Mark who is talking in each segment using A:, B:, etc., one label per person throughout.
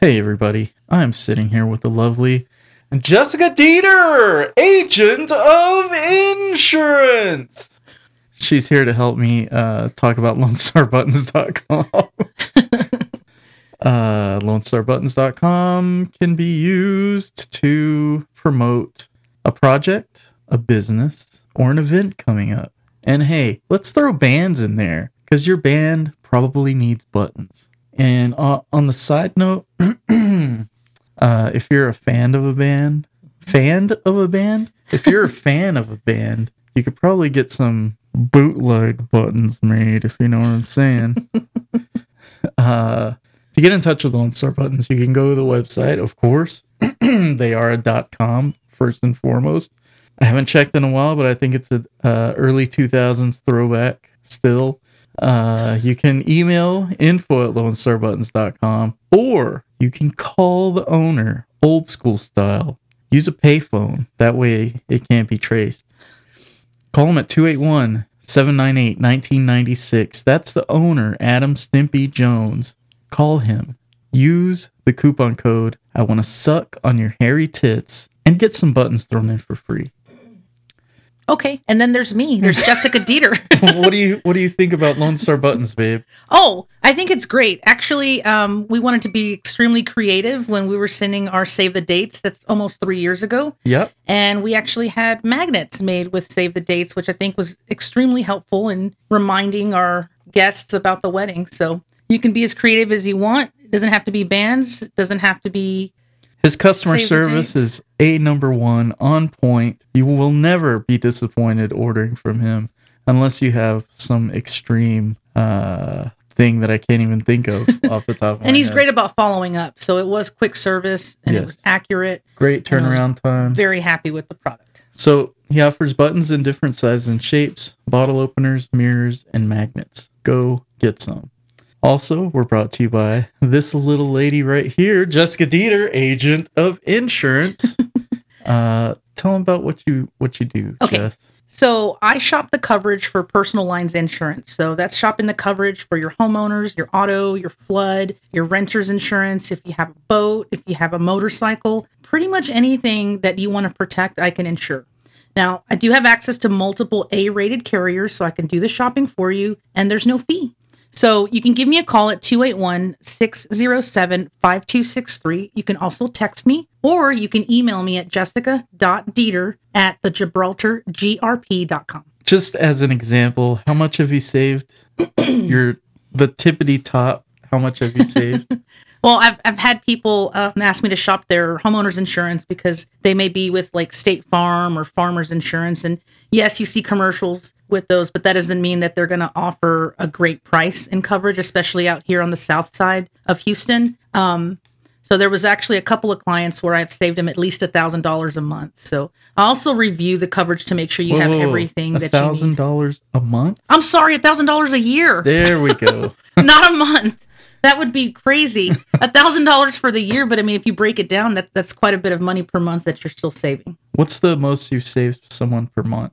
A: Hey, everybody. I'm sitting here with the lovely.
B: Jessica Dieter, agent of insurance.
A: She's here to help me uh, talk about LoneStarButtons.com. uh, LoneStarButtons.com can be used to promote a project, a business, or an event coming up. And hey, let's throw bands in there because your band probably needs buttons. And uh, on the side note, uh, if you're a fan of a band, fan of a band, if you're a fan of a band, you could probably get some bootleg buttons made, if you know what I'm saying. uh, to get in touch with Lone Star Buttons, you can go to the website, of course. they are a .com first and foremost. I haven't checked in a while, but I think it's a uh, early 2000s throwback still. Uh, you can email info at lonestarbuttons.com or you can call the owner old school style. Use a payphone. That way it can't be traced. Call him at 281 798 1996. That's the owner, Adam Stimpy Jones. Call him. Use the coupon code I want to suck on your hairy tits and get some buttons thrown in for free.
C: Okay, and then there's me. There's Jessica Dieter.
A: what do you what do you think about Lone Star Buttons, babe?
C: Oh, I think it's great. Actually, um, we wanted to be extremely creative when we were sending our save the dates. That's almost three years ago,
A: Yep.
C: and we actually had magnets made with save the dates, which I think was extremely helpful in reminding our guests about the wedding. So you can be as creative as you want. It doesn't have to be bands. It doesn't have to be
A: His customer
C: Save the
A: service
C: dates.
A: is a number one on point. You will never be disappointed ordering from him unless you have some extreme uh, thing that I can't even think of off the top of my
C: and he's
A: head.
C: great about following up. So it was quick service and
A: Yes.
C: it was accurate.
A: Great
C: and I was
A: turnaround time.
C: Very happy with the product.
A: So he offers buttons in different sizes and shapes, bottle openers, mirrors, and magnets. Go get some. Also, we're brought to you by this little lady right here, Jessica Dieter, agent of insurance. uh, tell them about what you what you do,
C: Okay.
A: Jess.
C: So I shop the coverage for personal lines insurance. So that's shopping the coverage for your homeowners, your auto, your flood, your renter's insurance. If you have a boat, if you have a motorcycle, pretty much anything that you want to protect, I can insure. Now, I do have access to multiple A rated carriers, so I can do the shopping for you, and there's no fee. So you can give me a call at 281 607 5263. You can also text me or you can email me at jessica.dieter at the gibraltargrp.com.
A: Just as an example, how much have you saved? your the tippity top. How much have you saved?
C: Well, I've, I've had people um, ask me to shop their homeowner's insurance because they may be with like State Farm or Farmers Insurance. And yes, you see commercials with those, but that doesn't mean that they're going to offer a great price in coverage, especially out here on the south side of Houston. Um, so there was actually a couple of clients where I've saved them at least $1,000 a month. So I also review the coverage to make sure you have
A: Whoa,
C: everything
A: Oh, a
C: that you
A: thousand
C: need.
A: dollars a month.
C: I'm sorry, $1,000 a year
A: There we go.
C: not a month. That would be crazy. A thousand dollars for the year, but I mean, if you break it down, that that's quite a bit of money per month that you're still saving.
A: What's the most you've saved someone per month?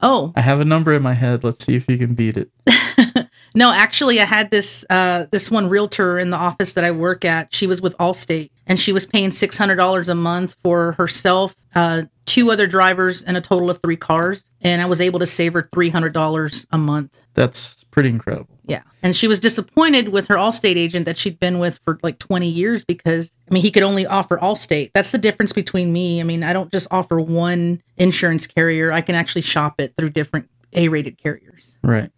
C: Oh
A: I have a number in my head. Let's see if you can beat it.
C: no, actually, I had this uh, this one realtor in the office that I work at. She was with Allstate, and she was paying six hundred dollars a month for herself, uh, two other drivers, and a total of three cars. And I was able to save her three hundred dollars a month.
A: That's pretty incredible.
C: Yeah. And she was disappointed with her Allstate agent that she'd been with for like 20 years because, I mean, he could only offer Allstate. That's the difference between me. I mean, I don't just offer one insurance carrier, I can actually shop it through different A rated carriers.
A: Right.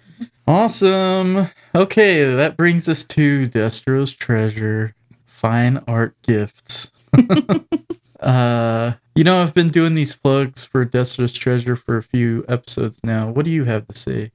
A: Awesome. Okay, that brings us to Destro's Treasure Fine Art Gifts. uh, you know, I've been doing these plugs for Destro's Treasure for a few episodes now. What do you have to say?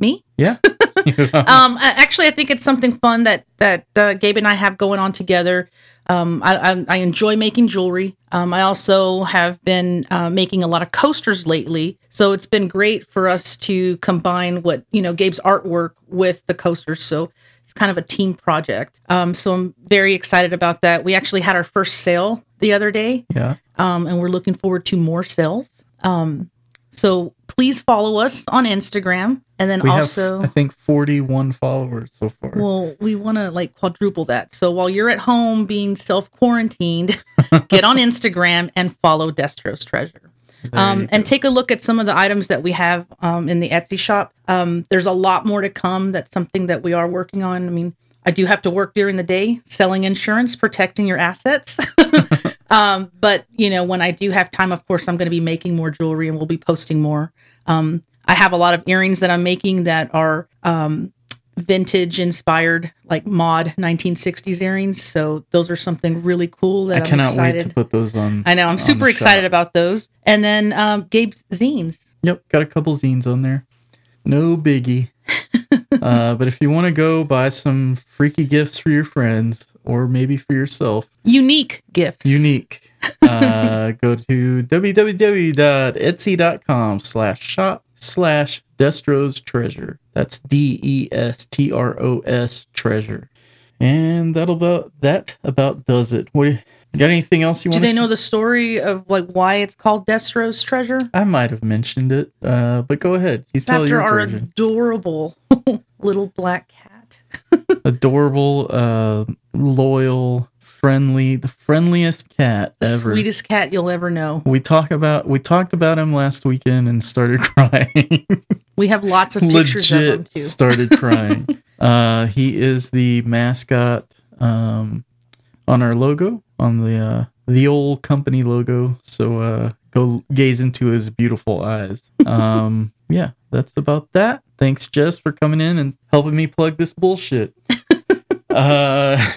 C: Me?
A: Yeah.
C: um, I- actually, I think it's something fun that that uh, Gabe and I have going on together. Um, I, I, I enjoy making jewelry. Um, I also have been uh, making a lot of coasters lately, so it's been great for us to combine what you know Gabe's artwork with the coasters. So it's kind of a team project. Um, so I'm very excited about that. We actually had our first sale the other day
A: yeah.
C: um, and we're looking forward to more sales. Um, So please follow us on Instagram. And then
A: We
C: also,
A: have, I think, 41 followers so far.
C: well, we want to like quadruple that. So while you're at home being self quarantined, get on Instagram and follow Destro's Treasure.
A: There you
C: um, and
A: go.
C: take a look at some of the items that we have um, in the Etsy shop. Um, there's a lot more to come. That's something that we are working on. I mean, I do have to work during the day selling insurance, protecting your assets. um, but, you know, when I do have time, of course, I'm going to be making more jewelry and we'll be posting more. Um, I have a lot of earrings that I'm making that are um, vintage inspired, like mod 1960s earrings. So those are something really cool
A: I
C: that am
A: cannot
C: excited.
A: wait to put those on.
C: I know. I'm
A: on
C: super
A: the
C: excited
A: shop.
C: about those. And then um, Gabe's zines.
A: Yep, got a couple zines on there. No biggie. uh, but if you want to go buy some freaky gifts for your friends or maybe for yourself,
C: Unique gifts.
A: unique, uh, go to www.etsy.com slash shop slash Destro's Treasure. That's D E S T R O S Treasure. And that'll about that about does it. What do you, got? Anything else you
C: Do
A: want?
C: they know the story of like why it's called Destro's treasure?
A: I might have mentioned it, uh, but go ahead. You
C: It's
A: tell
C: after
A: your
C: our
A: version.
C: adorable little black cat.
A: adorable, uh, loyal, friendly, the friendliest cat
C: The
A: ever.
C: sweetest cat you'll ever know.
A: We talk about we talked about him last weekend and started crying.
C: We have lots of pictures of him
A: Legit
C: too.
A: started crying. uh, he is the mascot um, on our logo on the uh, the old company logo. So uh, go gaze into his beautiful eyes. Um, yeah, that's about that. Thanks, Jess, for coming in and helping me plug this bullshit. uh,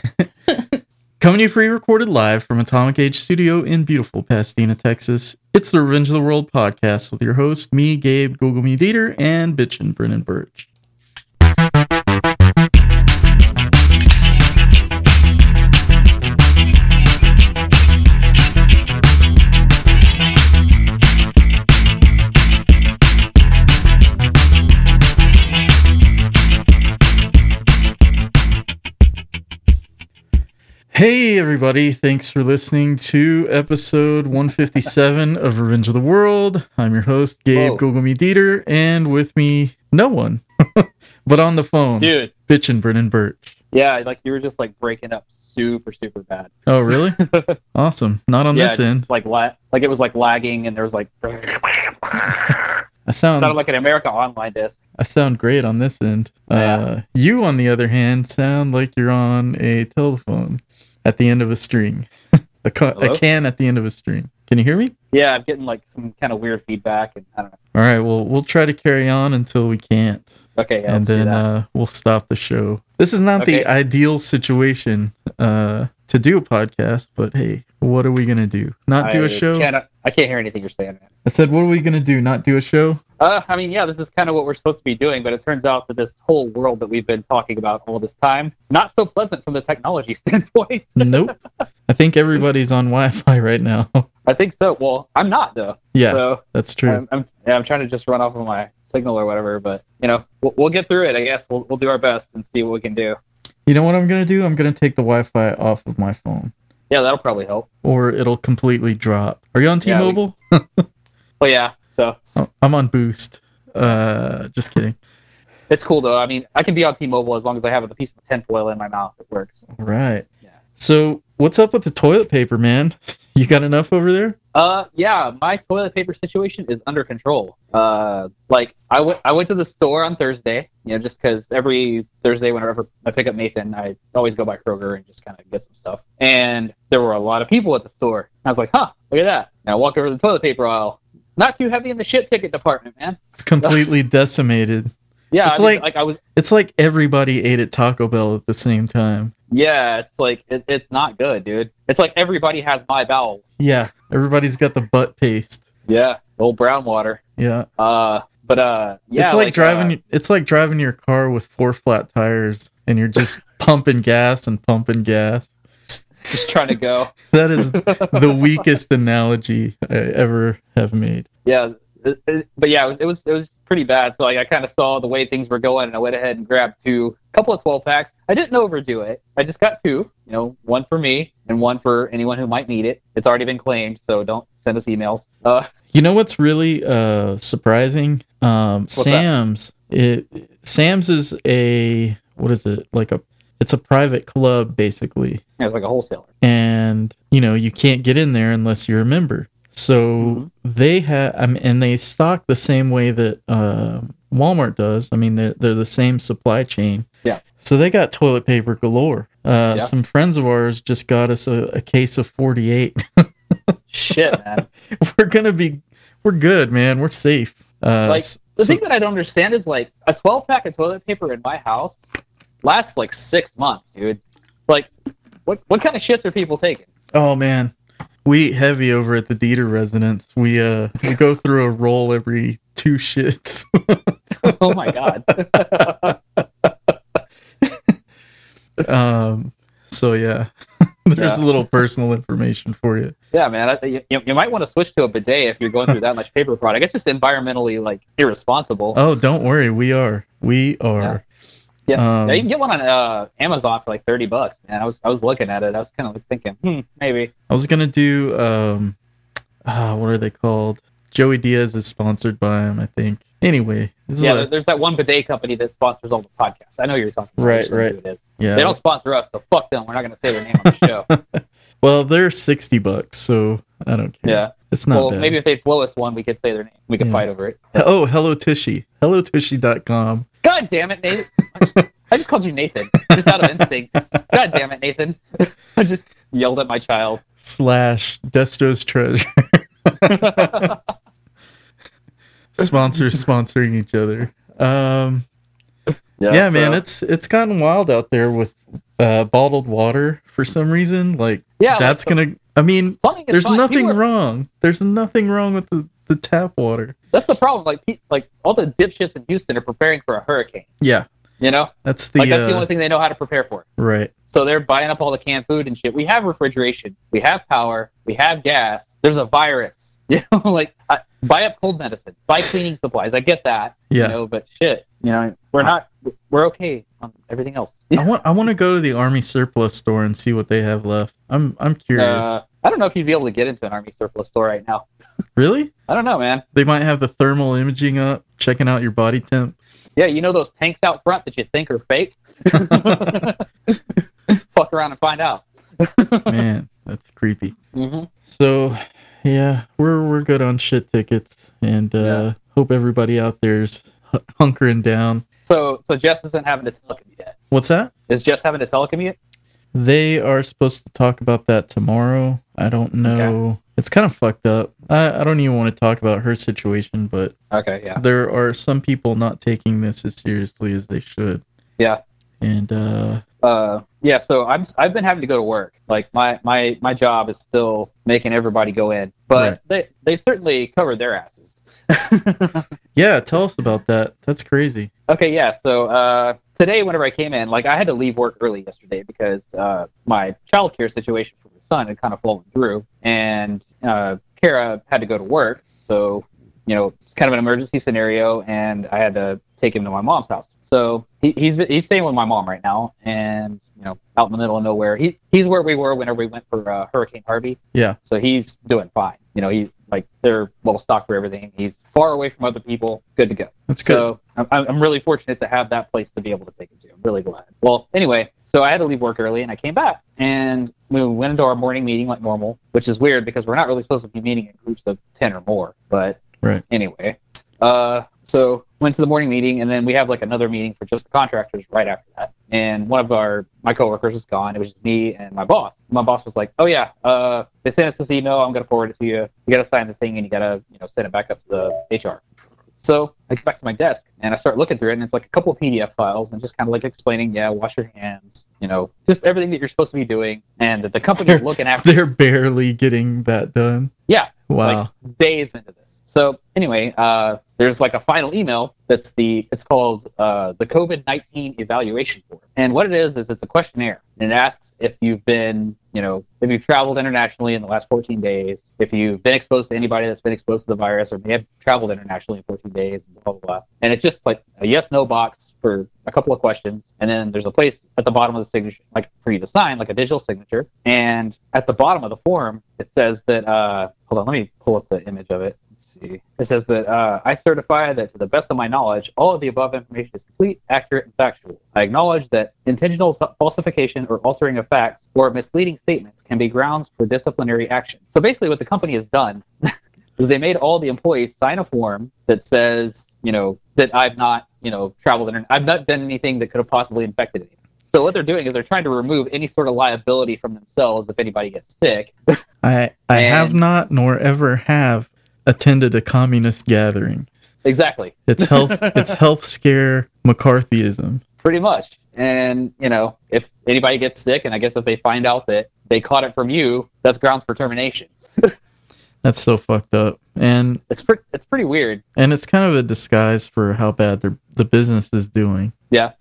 A: Coming to you pre-recorded live from Atomic Age Studio in beautiful Pasadena, Texas. It's the Revenge of the World podcast with your host, me, Gabe, Google Me Dieter, and bitchin' Brennan Birch. Hey everybody, thanks for listening to episode 157 of Revenge of the World. I'm your host, Gabe
B: Whoa.
A: Google Me Dieter, and with me, no one. but on the phone,
D: Dude,
A: bitchin' Brennan Birch.
D: yeah, like you were just like breaking up super, super bad.
A: Oh really? awesome. Not on
D: yeah,
A: this
D: just,
A: end.
D: like la- like it was like lagging, and there was like
A: Um, I sound
D: sounded like an America Online disc.
A: I sound great on this end. Uh,
D: Oh, Yeah.
A: you, on the other hand, sound like you're on a telephone at the end of a string, a, ca- a
D: Hello?
A: can at the end of a string. Can you hear me?
D: Yeah, I'm getting like some kind of weird feedback, and I don't know.
A: All right. Well, we'll try to carry on until we can't,
D: Okay,
A: and
D: yeah, let's do
A: then
D: that.
A: uh, we'll stop the show. This is not
D: Okay.
A: the ideal situation uh, to do a podcast, but hey, what are we gonna do? Not uh, do
D: I
A: a show?
D: Can't, I can't hear anything you're saying. Man.
A: I said, what are we gonna do? Not do a show?
D: Uh, I mean, yeah, this is kind of what we're supposed to be doing, but it turns out that this whole world that we've been talking about all this time not so pleasant from the technology standpoint.
A: Nope. I think everybody's on Wi-Fi right now.
D: I think so. Well, I'm not though.
A: yeah,
D: So
A: that's true.
D: I'm, I'm, yeah, I'm trying to just run off of my signal or whatever, but you know, we'll, we'll get through it. I guess we'll, we'll do our best and see what we can do.
A: You know what I'm gonna do? I'm gonna take the Wi-Fi off of my phone,
D: Yeah, that'll probably help.
A: or it'll completely drop. Are you on
D: Yeah, we-
A: T-Mobile?
D: But yeah, so
A: Oh, I'm on Boost. Uh, just kidding.
D: it's cool though. I mean, I can be on T-Mobile as long as I have a piece of tinfoil in my mouth. It works.
A: All right.
D: Yeah.
A: So what's up with the toilet paper, man? You got enough over there?
D: Uh, yeah, my toilet paper situation is under control. Uh, like I went, I went to the store on Thursday. You know, just because every Thursday, whenever I pick up Nathan, I always go by Kroger and just kind of get some stuff. And there were a lot of people at the store. I was like, huh, look at that. Now walk over to the toilet paper aisle. Not too heavy in the shit ticket department, man.
A: It's completely decimated.
D: Yeah,
A: It's
D: I mean,
A: like-
D: like I was.
A: It's like everybody ate at Taco Bell at the same time.
D: Yeah, it's like it, it's not good, dude. It's like everybody has my bowels.
A: Yeah, everybody's got the butt paste.
D: Yeah, old brown water.
A: Yeah,
D: Uh, but uh, yeah,
A: it's like,
D: uh,
A: driving. it's like driving your car with four flat tires, and you're just pumping gas and pumping gas.
D: just trying to go.
A: That is the weakest analogy I ever have made.
D: yeah it- it- but yeah it was, it was it was pretty bad. So like I kind of saw the way things were going, and I went ahead and grabbed two, couple of twelve packs. I didn't overdo it. I just got two, you know, one for me and one for anyone who might need it. It's already been claimed, so don't send us emails. Uh,
A: You know what's really uh surprising? Um
D: that?
A: Sam's it Sam's is a what is it? Like a it's a private club basically.
D: it was like a wholesaler.
A: and you know you can't get in there unless you're a member so
D: Mm-hmm.
A: they have I mean, and they stock the same way that uh, walmart does i mean they're, they're the same supply chain
D: Yeah.
A: so they got toilet paper galore uh,
D: Yeah.
A: some friends of ours just got us a, a case of 48
D: Shit, man.
A: we're gonna be we're good man we're safe uh,
D: Like,
A: s-
D: The
A: so-
D: thing that I don't understand is like a 12 pack of toilet paper in my house lasts like six months, dude. Like, what what kind of shits are people taking?
A: oh man we eat heavy over at the Dieter residence. We uh we go through a roll every two shits.
D: Oh my god.
A: um so yeah there's
D: Yeah.
A: a little personal information for you
D: yeah, man. I, you, you might want to switch to a bidet if you're going through that much paper product. It's just environmentally like irresponsible.
A: oh don't worry we are we are
D: Yeah.
A: Um,
D: yeah, you can get one on uh, Amazon for like 30 bucks, man. I was I was looking at it. I was kind of like thinking, hmm, maybe.
A: i was gonna do um uh, what are they called joey diaz is sponsored by him i think anyway this is
D: Yeah,
A: a-
D: there- there's that one bidet company that sponsors all the podcasts. I know you're talking about.
A: Right,
D: I just don't know
A: right.
D: who It is.
A: yeah
D: They don't sponsor us, so fuck them. We're not going to say their name on the show.
A: well they're 60 bucks so i don't care
D: yeah.
A: it's not
D: well,
A: bad
D: maybe if they blow us one, we could say their name. We could
A: Yeah.
D: fight over it.
A: oh hello tushy hello tushy.com
D: God damn it, Nathan. I just- I just called you Nathan, just out of instinct. God damn it, Nathan. I just yelled at my child.
A: slash destro's treasure sponsors sponsoring each other um yeah, man, it's it's gotten wild out there with uh, bottled water for some reason. Like
D: yeah,
A: that's gonna. I mean,
D: plumbing is
A: there's
D: fine.
A: nothing
D: People are-
A: wrong. There's nothing wrong with the, the tap water.
D: That's the problem. Like, pe- like all the dipshits in Houston are preparing for a hurricane.
A: Yeah,
D: You know,
A: that's the,
D: like that's the
A: uh,
D: only thing they know how to prepare for.
A: right.
D: So they're buying up all the canned food and shit. We have refrigeration. We have power. We have gas. There's a virus. You know, like I, buy up cold medicine. Buy cleaning supplies. I get that.
A: Yeah,
D: You know, but shit. You know, we're not. We're okay on everything else. Uh,
A: I want I want to go to the army surplus store and see what they have left. I'm I'm curious.
D: Uh, I don't know if you'd be able to get into an army surplus store right now.
A: really?
D: I don't know, man.
A: They might have the thermal imaging up, checking out your body temp.
D: Yeah, you know those tanks out front that you think are fake. Fuck around and find out.
A: Man, that's creepy.
D: hmm
A: So, yeah, we're we're good on shit tickets, and uh,
D: Yeah.
A: hope everybody out there's h- hunkering down.
D: So, so Jess isn't having to telecommute yet.
A: What's that?
D: Is Jess having to telecommute?
A: They are supposed to talk about that tomorrow. I don't know. It's kind of fucked up. I, I don't even want to talk about her situation, but
D: Okay, yeah.
A: there are some people not taking this as seriously as they should.
D: Yeah.
A: And uh,
D: uh yeah so i'm i've been having to go to work like my my my job is still making everybody go in but they they've certainly covered their asses
A: yeah, tell us about that. That's crazy.
D: okay yeah so uh today whenever i came in like i had to leave work early yesterday because uh my childcare situation for my son had kind of fallen through and uh kara had to go to work so you know it's kind of an emergency scenario and i had to take him to my mom's house so he, he's he's staying with my mom right now and you know out in the middle of nowhere he, he's where we were whenever we went for uh, hurricane harvey
A: Yeah.
D: so he's doing fine you know he like they're well stocked for everything he's far away from other people good to go
A: That's good.
D: so I'm, I'm I'm really fortunate to have that place to be able to take him to. I'm really glad. Well, anyway, so I had to leave work early and I came back and we went into our morning meeting like normal, which is weird because we're not really supposed to be meeting in groups of 10 or more. But
A: Right.
D: anyway, uh, so went to the morning meeting and then we have like another meeting for just the contractors right after that. And one of our my coworkers was gone. It was just me and my boss. My boss was like, "Oh yeah, uh, they sent us this email. I'm gonna forward it to you. You gotta sign the thing and you gotta you know send it back up to the HR." So I get back to my desk and I start looking through it, and it's like a couple of PDF files and just kind of like explaining, yeah, wash your hands, you know, just everything that you're supposed to be doing, and that the company's looking after
A: They're barely getting that done.
D: Yeah,
A: Wow.
D: days into this. So anyway, uh, there's like a final email that's the it's called uh, the COVID nineteen evaluation form, and what it is is it's a questionnaire and it asks if you've been you know, if you've traveled internationally in the last 14 days, if you've been exposed to anybody that's been exposed to the virus or may have traveled internationally in 14 days, blah, blah, blah. And it's just like a yes, no box for a couple of questions. And then there's a place at the bottom of the signature, like for you to sign, like a digital signature. And at the bottom of the form, it says that, uh, hold on, let me pull up the image of it. Let's see. It says that uh, I certify that to the best of my knowledge, all of the above information is complete, accurate, and factual. I acknowledge that intentional su- falsification or altering of facts or misleading statements can be grounds for disciplinary action. So basically, what the company has done is they made all the employees sign a form that says, you know, that I've not, you know, traveled and I've not done anything that could have possibly infected anyone. So what they're doing is they're trying to remove any sort of liability from themselves if anybody gets sick.
A: I I have
D: And-
A: not nor ever have attended a communist gathering.
D: exactly.
A: It's health it's health scare McCarthyism.
D: pretty much. And you know, if anybody gets sick, and I guess if they find out that they caught it from you, that's grounds for termination.
A: That's so fucked up. And
D: It's pretty, it's pretty weird.
A: and it's kind of a disguise for how bad the the business is doing.
D: Yeah.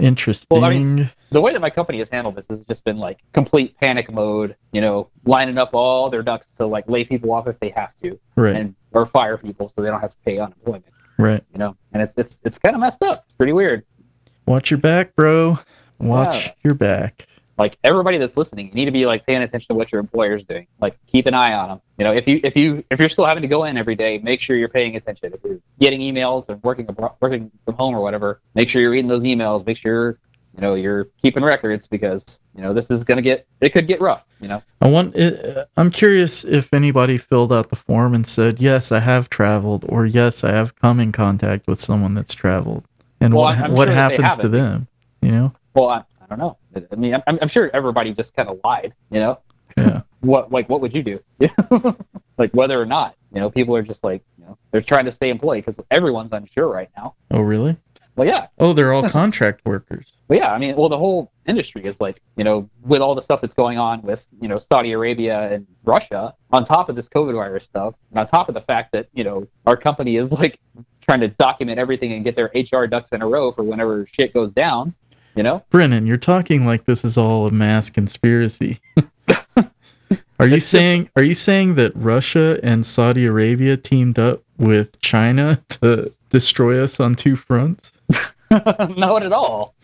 A: Interesting.
D: Well, I The way that my company has handled this has just been like complete panic mode. You know, lining up all their ducks to like lay people off if they have to,
A: right,
D: and or fire people so they don't have to pay unemployment.
A: right.
D: You know, and it's it's it's kind of messed up. It's pretty weird.
A: Watch your back, bro. Watch
D: Yeah.
A: your back.
D: Like everybody that's listening, you need to be like paying attention to what your employer's doing. Like keep an eye on them. You know, if you if you if you're still having to go in every day, make sure you're paying attention. If you're getting emails and working abro- working from home or whatever, make sure you're reading those emails. Make sure you know you're keeping records because you know this is gonna get it could get rough. You know,
A: I want. It, I'm curious if anybody filled out the form and said, "Yes, I have traveled," or "Yes, I have come in contact with someone that's traveled," and
D: Well,
A: what
D: I'm- I'm
A: what
D: sure that they
A: happens to
D: haven't.
A: them. You know,
D: well I, I don't know. I mean, I'm, I'm sure everybody just kind of lied. You know,
A: Yeah.
D: what like what would you do? You know? like whether or not you know people are just like you know they're trying to stay employed because everyone's unsure right now.
A: oh really?
D: Well, yeah.
A: Oh, they're all contract workers.
D: Well, yeah, I mean, well, the whole industry is like, you know, with all the stuff that's going on with, you know, Saudi Arabia and Russia, on top of this COVID virus stuff, and on top of the fact that, you know, our company is like trying to document everything and get their HR ducks in a row for whenever shit goes down, you know?
A: Brennan, you're talking like this is all a mass conspiracy. are you
D: It's just-
A: saying are you saying that Russia and Saudi Arabia teamed up with China to destroy us on two fronts?
D: Not at all.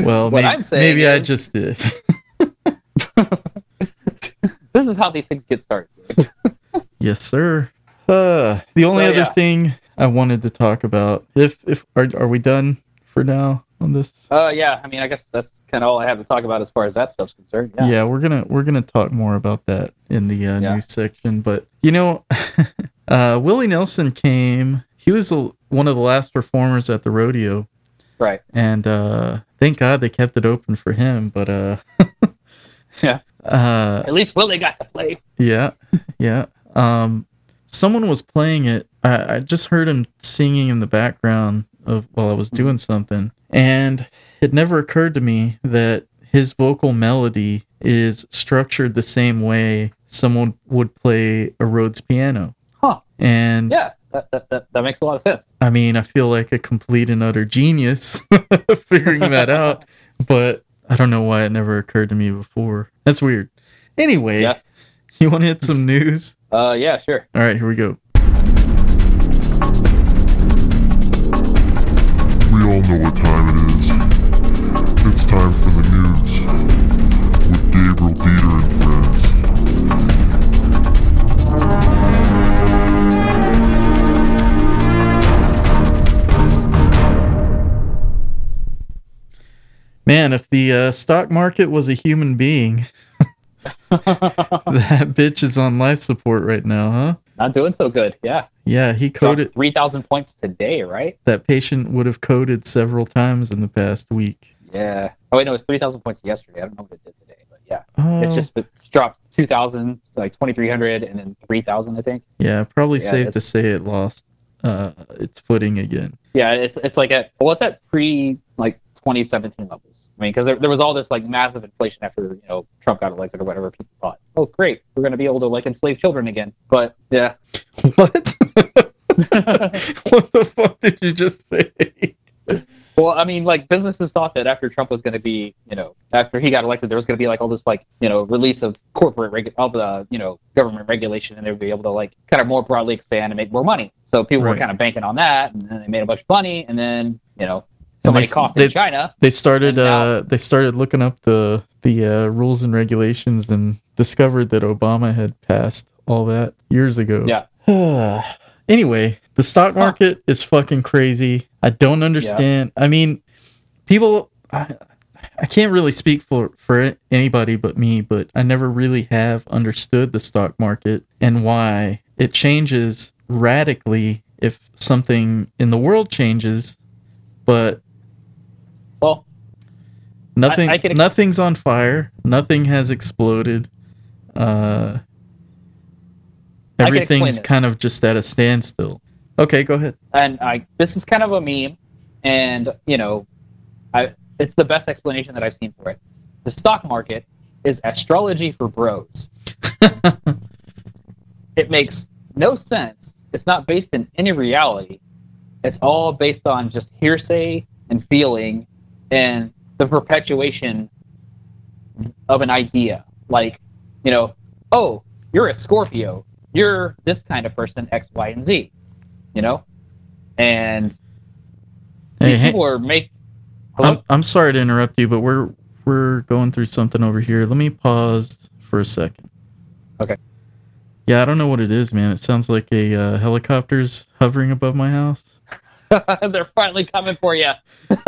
A: Well,
D: What
A: may-
D: I'm saying
A: maybe I
D: is-
A: just did.
D: This is how these things get started.
A: yes, sir. Uh, the only
D: So,
A: other
D: yeah.
A: thing I wanted to talk about, if if are, are we done for now on this?
D: Uh, yeah, I mean, I guess that's kind of all I have to talk about as far as that stuff's concerned.
A: yeah.
D: Yeah.
A: we're gonna we're gonna talk more about that in the uh,
D: Yeah.
A: news section but you know uh willie nelson came he was the one of the last performers at the rodeo
D: Right.
A: and uh thank god they kept it open for him but uh
D: Yeah.
A: uh
D: At least Willie got to play.
A: yeah yeah um someone was playing it I, I just heard him singing in the background of while i was
D: Mm-hmm.
A: doing something and it never occurred to me that his vocal melody is structured the same way someone would play a Rhodes piano.
D: Huh.
A: And
D: Yeah, that, that, that, that makes a lot of sense.
A: I mean, I feel like a complete and utter genius figuring that out, but I don't know why it never occurred to me before. That's weird. Anyway,
D: Yeah.
A: you want to hit some news?
D: Uh, yeah, sure.
A: All right, here we go.
E: We all know what time it is. It's time for the news with Gabriel Dieter and friends.
A: Man, if the uh, stock market was a human being, that bitch is on life support right now, huh?
D: Not doing so good. Yeah.
A: Yeah, he
D: Dropped
A: coded
D: 3,000 points today, right?
A: that patient would have coded several times in the past week.
D: Yeah. Oh, wait, no, it was 3,000 points yesterday. I don't know what it did today, but yeah.
A: Oh,
D: It's just it's dropped 2,000, to, like 2,300, and then 3,000, I think.
A: yeah, probably
D: Yeah,
A: safe to
D: it's-
A: say it lost uh, its footing again.
D: Yeah, it's it's like at, well, it's at pre like 2017 levels. I mean, because there, there was all this like massive inflation after, you know, Trump got elected or whatever. People thought, oh, great, we're going to be able to like enslave children again. But yeah.
A: What? what the fuck did you just say?
D: Well, I mean, like businesses thought that after Trump was going to be, you know, after he got elected, there was going to be like all this, like, you know, release of corporate, reg- all the, you know, government regulation, and they'd be able to like kind of more broadly expand and make more money. So people were
A: Right.
D: kind of banking on that, and then they made a bunch of money, and then you know somebody
A: they-
D: coughed
A: they-
D: in China.
A: They started
D: And now-
A: uh they started looking up the the uh, rules and regulations and discovered that Obama had passed all that years ago. Yeah. anyway, the stock market is fucking crazy. I don't understand. I mean, people I, I can't really speak for for it, anybody but me, but I never really have understood the stock market and why it changes radically if something in the world changes, but
D: Well,
A: nothing
D: I can ex-
A: nothing's on fire nothing has exploded uh
D: I can explain
A: everything's
D: this.
A: kind of just at a standstill okay go ahead
D: and I this is kind of a meme, and you know, I it's the best explanation that I've seen for it. The stock market is astrology for bros. it makes no sense. It's not based in any reality. It's all based on just hearsay and feeling and the perpetuation of an idea. Like, you know, oh, you're a Scorpio. You're this kind of person, X, Y, and Z. You know? And
A: Hey,
D: these
A: hey,
D: people are make Hello?
A: I'm, I'm sorry to interrupt you but we're we're going through something over here let me pause for a second
D: Okay.
A: yeah i don't know what it is man it sounds like a uh, helicopter's hovering above my house Um,
D: They're finally coming for you.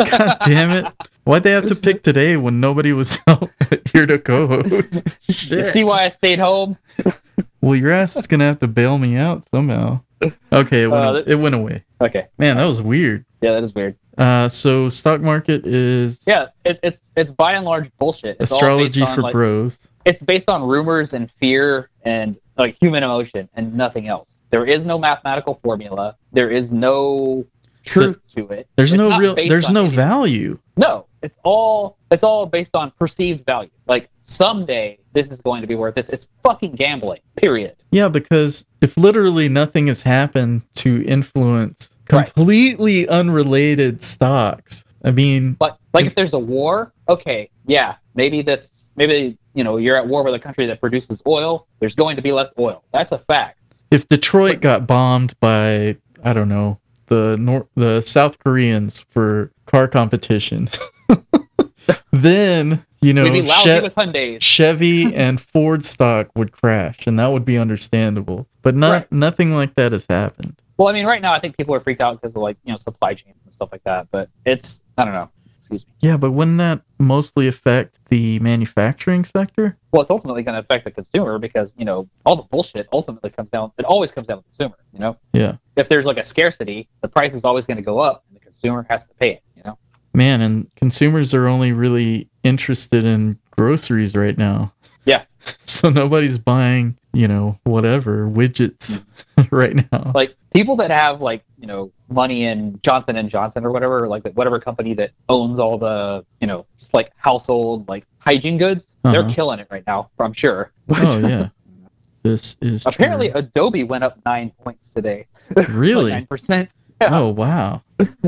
A: god damn it why'd they have to pick today when nobody was out here to co-host
D: You
A: Shit.
D: see why I stayed home?
A: Well, your ass is gonna have to bail me out somehow. Okay, it went,
D: Uh, that-
A: it went away.
D: Okay.
A: Man, that was weird.
D: Yeah, that is weird.
A: Uh, so stock market is
D: Yeah, it, it's it's by and large bullshit. It's all
A: astrology
D: based on,
A: for
D: like,
A: bros.
D: It's based on rumors and fear and like human emotion and nothing else. There is no mathematical formula. There is no truth to it.
A: There's
D: It's
A: no
D: not
A: real.
D: based
A: There's
D: on
A: no
D: any-
A: value.
D: No, it's all it's all based on perceived value. Like someday this is going to be worth this. It's fucking gambling. Period.
A: Yeah, because if literally nothing has happened to influence
D: Right.
A: completely unrelated stocks, I mean,
D: But like
A: Yeah.
D: if there's a war, okay, yeah, maybe this maybe you know, you're at war with a country that produces oil, there's going to be less oil. That's a fact.
A: if Detroit got bombed by I don't know the North the South Koreans for car competition, then you know
D: We'd be lousy
A: Shet-
D: with Hyundais.
A: Chevy and Ford stock would crash, and that would be understandable. But not
D: Right.
A: nothing like that has happened.
D: Well, I mean, right now I think people are freaked out because of like, you know, supply chains and stuff like that. But it's I don't know. Excuse me.
A: Yeah, but wouldn't that mostly affect the manufacturing sector?
D: Well, it's ultimately gonna affect the consumer because, you know, all the bullshit ultimately comes down it always comes down to the consumer, you know?
A: Yeah.
D: If there's like a scarcity, the price is always gonna go up and the consumer has to pay it, you know?
A: Man, and consumers are only really interested in groceries right now.
D: Yeah.
A: So nobody's buying, you know, whatever widgets right now.
D: like people that have like you know money in Johnson and Johnson or whatever, like whatever company that owns all the you know just like household like hygiene goods, they're
A: Uh-huh.
D: killing it right now. I'm sure.
A: Oh yeah. This is
D: Apparently,
A: true.
D: Adobe went up nine points today.
A: really.
D: Nine percent.
A: oh wow.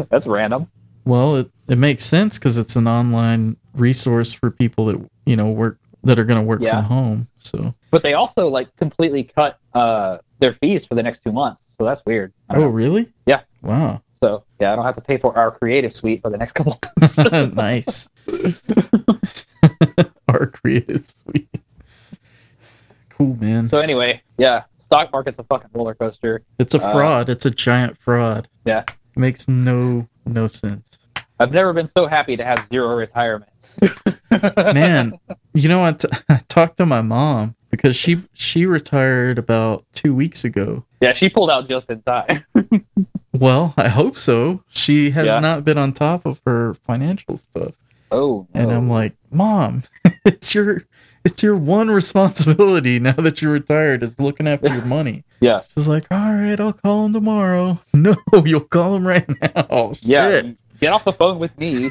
D: That's random.
A: Well, it, it makes sense because it's an online resource for people that you know work that are going to work
D: Yeah.
A: from home. So,
D: But they also like completely cut uh, their fees for the next two months. So that's weird. I don't
A: oh
D: know.
A: really?
D: Yeah.
A: Wow.
D: So yeah, I don't have to pay for our creative suite for the next couple. months.
A: nice. Our creative suite. Cool man.
D: so anyway, yeah, stock market's a fucking roller coaster.
A: it's a
D: uh,
A: fraud. it's a giant fraud.
D: Yeah.
A: Makes no no sense.
D: I've never been so happy to have zero retirement.
A: man you know I t- I talked to my mom because she she retired about two weeks ago
D: Yeah, she pulled out just in time.
A: well i hope so she has
D: Yeah.
A: not been on top of her financial stuff
D: Oh,
A: and i'm like mom it's your it's your one responsibility now that you're retired is looking after your money
D: Yeah.
A: she's like all right i'll call him tomorrow no you'll call him right now
D: yeah,
A: Shit.
D: get off the phone with me.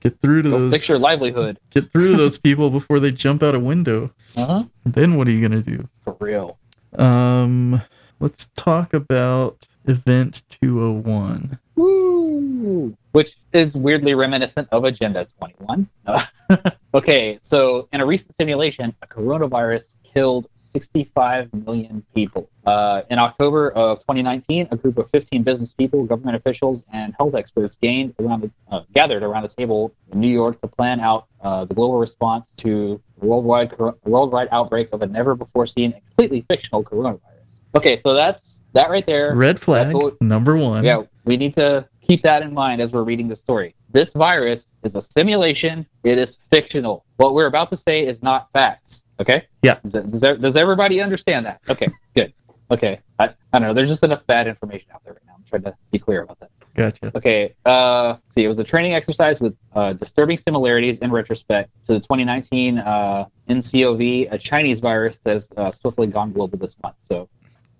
A: get through to
D: Go
A: those
D: fix your livelihood.
A: get through to those people before they jump out a window
D: Uh-huh.
A: then what are you gonna do
D: For real.
A: Um, let's talk about Event 201.
D: Woo! Which is weirdly reminiscent of Agenda 21. Uh, okay, so in a recent simulation, a coronavirus killed 65 million people. Uh, in October of 2019, a group of 15 business people, government officials, and health experts gained around the, uh, gathered around a table in New York to plan out uh, the global response to the worldwide cor- worldwide outbreak of a never before seen, and completely fictional coronavirus. Okay, so that's that right there.
A: Red flag
D: what-
A: number one.
D: Yeah, we need to keep that in mind as we're reading the story. This virus is a simulation. It is fictional. What we're about to say is not facts. Okay.
A: Yeah.
D: Does, does, does everybody understand that? Okay. good. Okay. I, I don't know. There's just enough bad information out there right now. I'm trying to be clear about that.
A: Gotcha.
D: Okay. Uh, let's see, it was a training exercise with uh, disturbing similarities in retrospect to the 2019 uh, NCOV, a Chinese virus that has uh, swiftly gone global this month. So,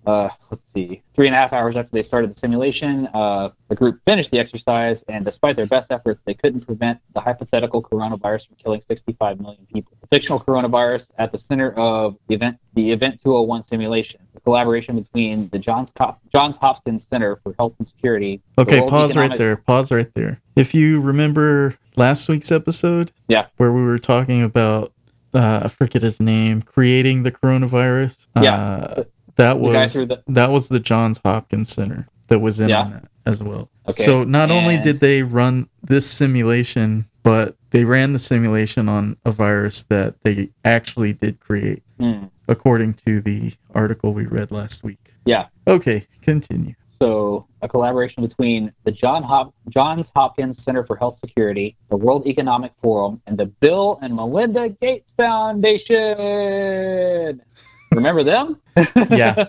D: uh, let's see. Three and a half hours after they started the simulation, uh, the group finished the exercise, and despite their best efforts, they couldn't prevent the hypothetical coronavirus from killing 65 million people. The fictional coronavirus at the center of the event, the Event 201 simulation, a collaboration between the Johns, Cop- Johns Hopkins Center for Health and Security. the
A: Okay,
D: World
A: pause right
D: Economic-
A: there. Pause right there. If you remember last week's episode,
D: Yeah.
A: where we were talking about uh, I forget his name, creating the coronavirus.
D: Yeah.
A: uh, that
D: The guy
A: was
D: through the-
A: that was the Johns Hopkins Center that was in
D: Yeah.
A: on that as well.
D: Okay.
A: So not only
D: and-
A: did they run this simulation, but they ran the simulation on a virus that they actually did create,
D: Hmm.
A: according to the article we read last week.
D: Yeah.
A: Okay, continue.
D: So, a collaboration between the John Hop- Johns Hopkins Center for Health Security, the World Economic Forum, and the Bill and Melinda Gates Foundation. Remember them?
A: Yeah.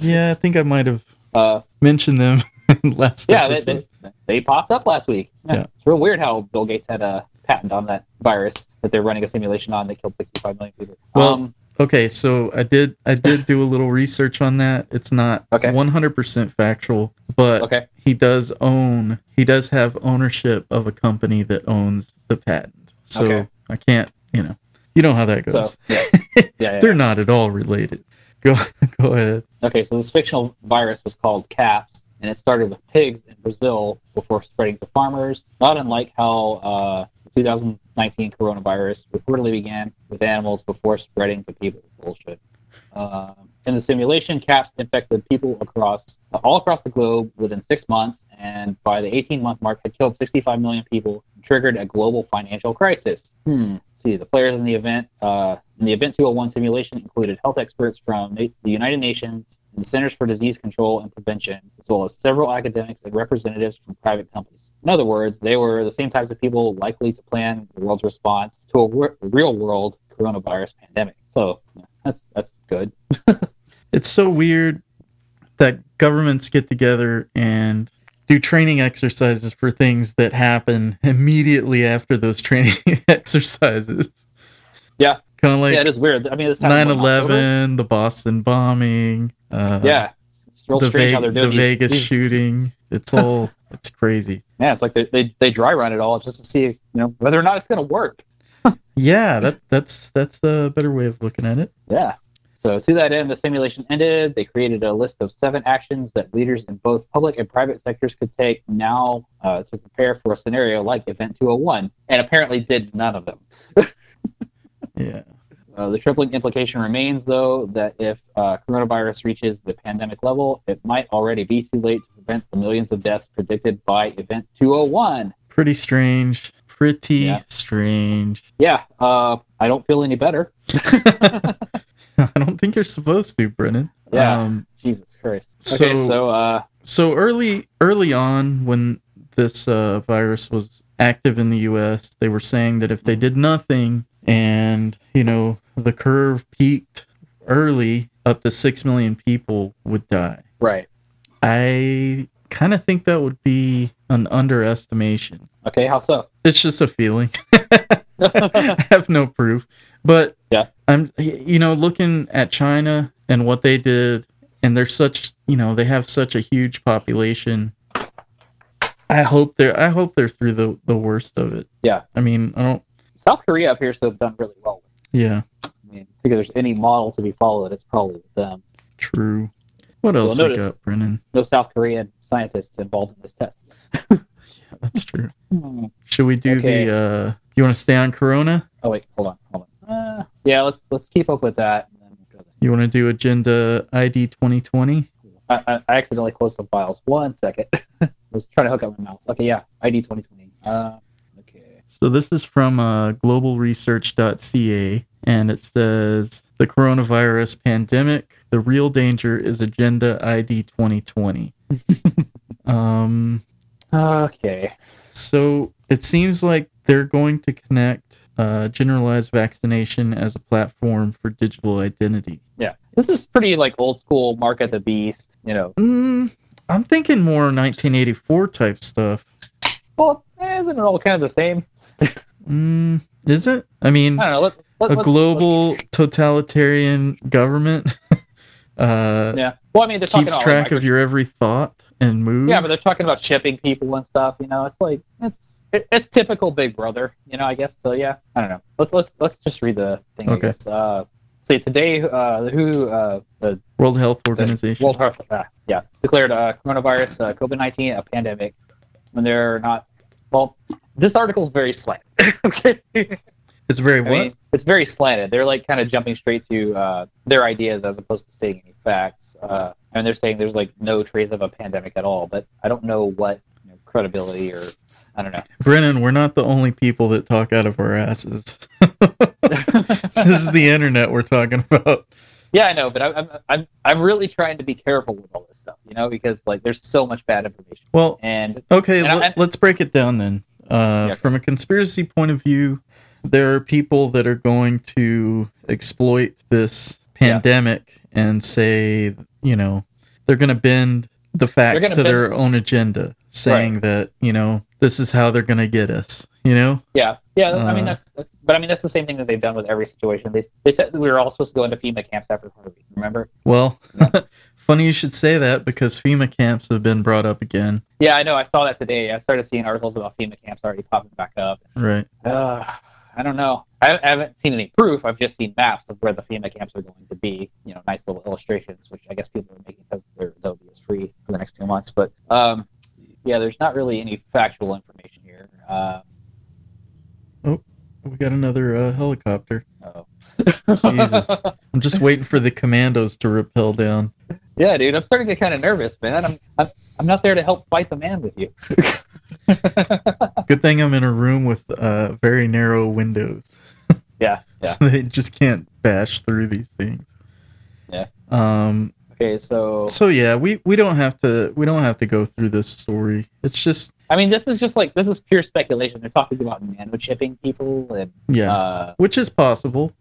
A: yeah, I think I might have
D: Uh,
A: mentioned them last
D: yeah, they,
A: episode.
D: they, they popped up last week.
A: Yeah.
D: It's real weird how Bill Gates had a patent on that virus that they're running a simulation on that killed 65 million people.
A: Well-
D: um,
A: Okay, so I did I did do a little research on that. It's not
D: Okay.
A: 100% factual, but
D: okay.
A: he does own he does have ownership of a company that owns the patent. So
D: Okay.
A: I can't, you know. You know how that
D: So,
A: goes.
D: yeah. yeah, yeah.
A: They're not at all related. Go go ahead.
D: Okay, so this fictional virus was called CAPS, and it started with pigs in Brazil before spreading to farmers, not unlike how uh, the 2019 coronavirus reportedly began with animals before spreading to people. Bullshit. Um, in the simulation, CAPS infected people across all across the globe within six months, and by the 18-month mark, had killed 65 million people, and triggered a global financial crisis. Hmm. See, the players in the event uh, in the Event 201 simulation included health experts from na- the United Nations and the Centers for Disease Control and Prevention, as well as several academics and representatives from private companies. In other words, they were the same types of people likely to plan the world's response to a wor- real-world coronavirus pandemic. So yeah, that's that's good.
A: It's so weird that governments get together and do training exercises for things that happen immediately after those training exercises.
D: Yeah.
A: Kind of like
D: yeah, it is weird. I mean, it's
A: 9 11, the Boston bombing, uh,
D: Yeah, it's real
A: the,
D: strange how
A: Ve-
D: they're
A: the
D: doing these-
A: Vegas
D: these-
A: shooting. It's all, it's crazy.
D: Yeah, it's like they, they they dry run it all just to see you know whether or not it's going to work.
A: Yeah, that that's that's a better way of looking at it.
D: Yeah. So to that end, the simulation ended. They created a list of seven actions that leaders in both public and private sectors could take now uh, to prepare for a scenario like Event 201, and apparently did none of them.
A: Yeah.
D: Uh, the tripling implication remains, though, that if uh, coronavirus reaches the pandemic level, it might already be too late to prevent the millions of deaths predicted by Event 201.
A: Pretty strange. Pretty
D: Yeah.
A: strange.
D: Yeah, uh, I don't feel any better.
A: I don't think you're supposed to, Brennan.
D: Yeah.
A: Um,
D: Jesus Christ. Okay,
A: So-
D: so uh,
A: so early early on when this uh, virus was active in the US they were saying that if they did nothing and you know the curve peaked early up to 6 million people would die
D: right.
A: i kind of think that would be an underestimation
D: Okay, how so?
A: it's just a feeling I have no proof, but
D: Yeah.
A: I'm you know looking at China and what they did, and they're such you know they have such a huge population. I hope they're I hope they're through the the worst of it.
D: Yeah.
A: I mean I don't.
D: South Korea appears to have done really well.
A: Yeah,
D: I mean, I think if there's any model to be followed, it's probably them.
A: true. What else
D: You'll
A: we
D: notice.
A: got, Brennan?
D: No South Korean scientists involved in this test.
A: That's true.
D: Hmm.
A: Should we do
D: Okay.
A: the? uh You want to stay on Corona?
D: Oh wait, hold on, hold on. Uh, yeah, let's let's keep up with that. And then go this-
A: You want to do Agenda ID 2020?
D: I, I, I accidentally closed the files. One second. I was trying to hook up my mouse. Okay, yeah, ID 2020. Uh, okay.
A: So this is from uh, globalresearch.ca, and it says the coronavirus pandemic. The real danger is Agenda ID 2020. um,
D: Okay.
A: So it seems like they're going to connect uh, generalized vaccination as a platform for digital identity.
D: This is pretty like old school Mark at the Beast, you know.
A: Mm, I'm thinking more 1984 type stuff.
D: Well, eh, isn't it all kind of the same?
A: Mm, is it? I mean,
D: I don't know. Let, let,
A: a
D: Uh, let's-
A: global totalitarian government uh,
D: let's- yeah. Well, I mean, they're talking
A: keeps
D: about
A: track
D: micro-
A: of your every thought and move.
D: Yeah, but they're talking about shipping people and stuff. You know, it's like it's it, it's typical Big Brother. You know, I guess. So yeah, I don't know. Let's let's let's just read the thing.
A: Okay.
D: I guess. Uh, see, today, uh, the WHO, uh, the
A: World Health Organization.
D: World Health, uh, yeah, declared uh, coronavirus, uh, COVID nineteen, a pandemic. When they're not, well, this article's very slant. okay.
A: it's very
D: I
A: what?
D: mean, it's very slanted. They're like kind of jumping straight to uh, their ideas as opposed to stating any facts. Uh, I mean, they're saying there's like no trace of a pandemic at all, but I don't know what you know, credibility or I don't know.
A: Brennan, we're not the only people that talk out of our asses. this is the internet we're talking about.
D: Yeah, I know, but I'm I'm I'm, I'm really trying to be careful with all this stuff, you know, because like there's so much bad information
A: Well,
D: and
A: okay,
D: And I-
A: let, us break it down then. Uh,
D: Yeah.
A: From a conspiracy point of view, there are people that are going to exploit this pandemic and say, you know, they're going to bend the facts to
D: gonna
A: their own agenda, saying that, you know, this is how they're going to get us, you know?
D: Yeah, yeah. I mean,
A: Uh,
D: that's, that's but I mean that's the same thing that they've done with every situation. They, they said that we were all supposed to go into FEMA camps after Harvey. Remember?
A: Well, funny you should say that because FEMA camps have been brought up again.
D: Yeah, I know. I saw that today. I started seeing articles about FEMA camps already popping back up.
A: Right.
D: Uh, I don't know. I, I haven't seen any proof. I've just seen maps of where the FEMA camps are going to be. You know, nice little illustrations, which I guess people are making because their Adobe is free for the next two months. But um, yeah, there's not really any factual information here. Uh,
A: We got another uh, helicopter.
D: oh.
A: Jesus. I'm just waiting for the commandos to rappel down.
D: Yeah, dude, I'm starting to get kind of nervous, man. I'm, I'm I'm not there to help fight the man with you.
A: Good thing I'm in a room with uh, very narrow windows.
D: Yeah, yeah.
A: So they just can't bash through these things.
D: Yeah.
A: Um
D: Okay, so
A: so yeah, we, we don't have to we don't have to go through this story. It's just
D: I mean, this is just like this is pure speculation. They're talking about nano chipping people, and
A: yeah.
D: uh,
A: which is possible.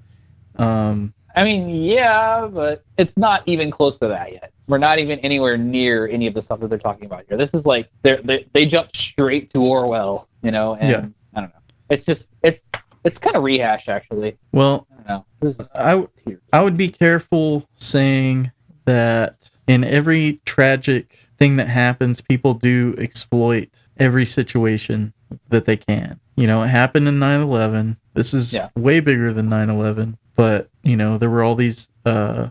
A: Um
D: I mean, yeah, but it's not even close to that yet. We're not even anywhere near any of the stuff that they're talking about here. This is like they're, they they jumped straight to Orwell, you know, and
A: Yeah.
D: I don't know. It's just it's it's kind of rehash actually.
A: well,
D: I don't know. Who's this?
A: I
D: here?
A: I would be careful saying that in every tragic thing that happens, people do exploit every situation that they can. You know, it happened in 9 11. This is
D: Yeah.
A: way bigger than 9 11, but, you know, there were all these uh,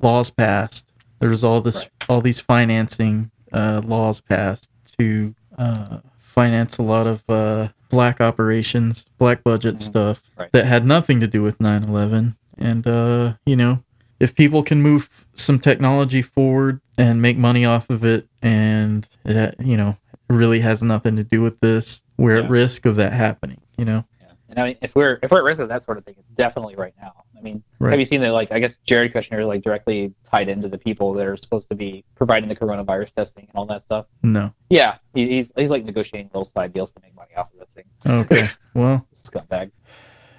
A: laws passed. There was all this, all these financing uh, laws passed to uh, finance a lot of uh, black operations, black budget
D: Mhm.
A: stuff
D: Right.
A: that had nothing to do with 9-11 and uh you know if people can move some technology forward and make money off of it and that you know really has nothing to do with this we're
D: Yeah.
A: at risk of that happening you know
D: Yeah. And I mean, if we're if we're at risk of that sort of thing, it's definitely right now. I mean,
A: Right.
D: have you seen that? Like, I guess Jared Kushner like directly tied into the people that are supposed to be providing the coronavirus testing and all that stuff.
A: no
D: Yeah, he, he's he's like negotiating little side deals to make money off of this thing.
A: okay well
D: Scumbag.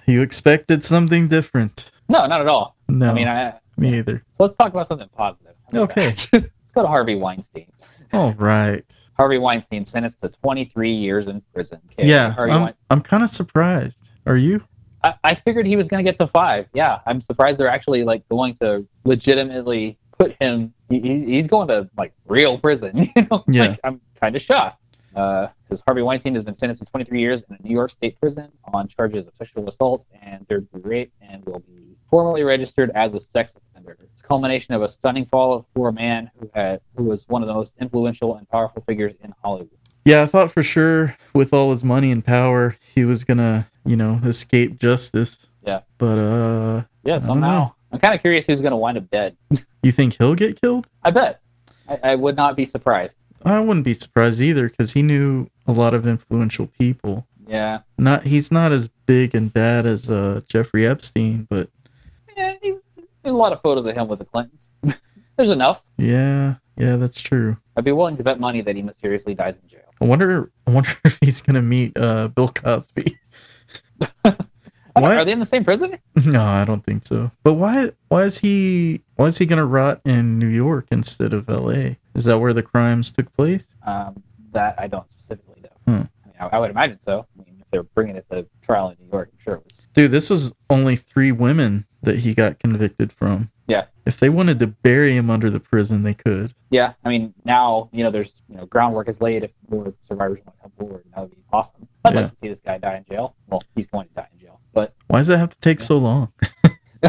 A: you expected something different
D: No, not at all.
A: no
D: I mean, I,
A: me either
D: so let's talk about something positive. How about
A: Okay.
D: that? let's go to Harvey Weinstein.
A: all right
D: Harvey Weinstein sentenced to 23 years in prison. Okay.
A: yeah
D: Harvey
A: i'm,
D: Wein-
A: I'm kind of surprised are you
D: I, I figured he was going to get to five. Yeah, I'm surprised they're actually like going to legitimately put him. He, he- he's going to like real prison. You know?
A: Yeah.
D: Like, I'm kind of shocked. Uh, it says Harvey Weinstein has been sentenced to 23 years in a New York State prison on charges of sexual assault and third degree rape, and will be formally registered as a sex offender. River. It's a culmination of a stunning fall for a man who had who was one of the most influential and powerful figures in Hollywood.
A: Yeah, I thought for sure with all his money and power, he was gonna, you know, escape justice.
D: Yeah.
A: But uh,
D: Yeah,
A: don't
D: somehow
A: know.
D: I'm kind of curious who's going to wind up dead.
A: you think he'll get killed?
D: I bet. I, I would not be surprised.
A: I wouldn't be surprised either, because he knew a lot of influential people.
D: Yeah,
A: Not he's not as big and bad as uh, Jeffrey Epstein, but
D: yeah he- there's a lot of photos of him with the Clintons. there's enough.
A: yeah, yeah, that's true.
D: I'd be willing to bet money that he mysteriously dies in jail.
A: I wonder, I wonder if he's gonna meet uh, Bill Cosby.
D: I don't-
A: What?
D: Are they in the same prison?
A: No, I don't think so. But why? Why is he? Why is he gonna rot in New York instead of L.A.? Is that where the crimes took place?
D: Um, that I don't specifically know.
A: Hmm.
D: I, mean, I, I would imagine so. I mean, if they're bringing it to trial in New York, I'm sure it was.
A: Dude, this was only three women that he got convicted from.
D: Yeah.
A: If they wanted to bury him under the prison, they could.
D: Yeah, I mean, now you know there's you know groundwork is laid if more survivors want to come forward. That would be awesome. I'd
A: Yeah.
D: like to see this guy die in jail. Well, he's going to die in jail, but
A: Why does that have to take so long?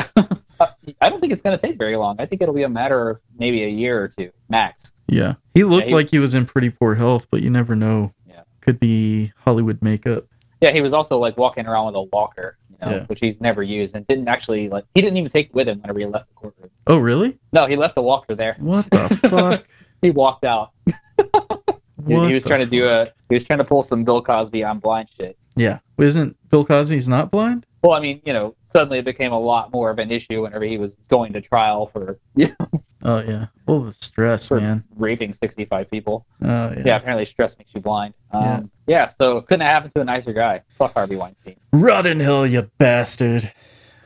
D: I don't think it's going to take very long. I think it'll be a matter of maybe a year or two max.
A: Yeah. He looked
D: Yeah, he-
A: like he was in pretty poor health, but you never know.
D: Yeah.
A: Could be Hollywood makeup.
D: Yeah, he was also like walking around with a walker, you know,
A: Yeah.
D: which he's never used and didn't actually like. He didn't even take it with him whenever he left the courtroom.
A: Oh, really?
D: No, he left the walker there.
A: What the fuck?
D: He walked out. He,
A: What
D: he was
A: the
D: trying to do
A: fuck?
D: a he was trying to pull some Bill Cosby on blind shit.
A: Yeah. Isn't Bill Cosby's not blind?
D: Well, I mean, you know, suddenly it became a lot more of an issue whenever he was going to trial for
A: Oh, yeah. All the stress,
D: for
A: man.
D: raping sixty five people.
A: Oh,
D: Yeah.
A: yeah.
D: apparently stress makes you blind. Um,
A: Yeah.
D: yeah. so it couldn't have happened to a nicer guy. Fuck Harvey Weinstein.
A: Rot in hell, you bastard.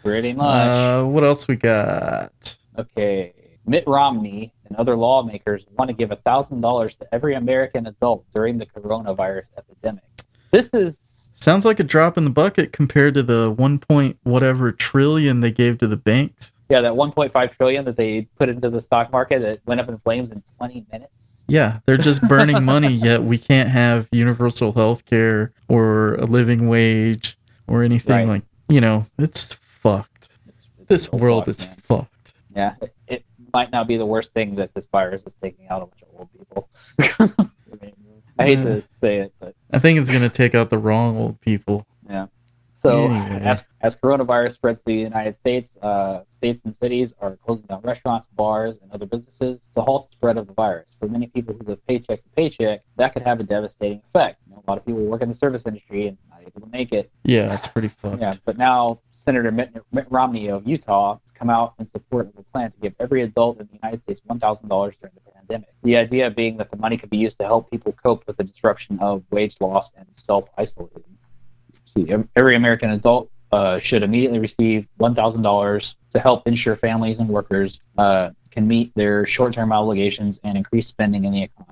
D: Pretty much.
A: Uh, what else we got?
D: okay. Mitt Romney and other lawmakers want to give thousand dollars to every American adult during the coronavirus epidemic. This is
A: Sounds like a drop in the bucket compared to the one point whatever trillion they gave to the banks.
D: yeah, that 1.5 trillion that they put into the stock market that went up in flames in 20 minutes.
A: Yeah, they're just burning money, yet we can't have universal health care or a living wage or anything
D: Right.
A: like you know, it's fucked.
D: It's, it's
A: This
D: real
A: world
D: fucked,
A: is
D: man.
A: fucked.
D: yeah. It, it might not be the worst thing that this virus is taking out a bunch of old people. I, mean, I hate to say it, but
A: I think it's gonna take out the wrong old people.
D: so
A: Anyway.
D: as, as coronavirus spreads through the United States, uh, states and cities are closing down restaurants, bars, and other businesses to halt the spread of the virus. For many people who live paycheck to paycheck, that could have a devastating effect. You know, a lot of people work in the service industry and not able to make it.
A: Yeah, it's pretty fucked.
D: Yeah, but now Senator Mitt, Mitt Romney of Utah has come out in support of a plan to give every adult in the United States $1,000 during the pandemic. The idea being that the money could be used to help people cope with the disruption of wage loss and self isolating. See, ev- every American adult uh, should immediately receive $1,000 to help ensure families and workers uh, can meet their short term obligations and increase spending in the economy.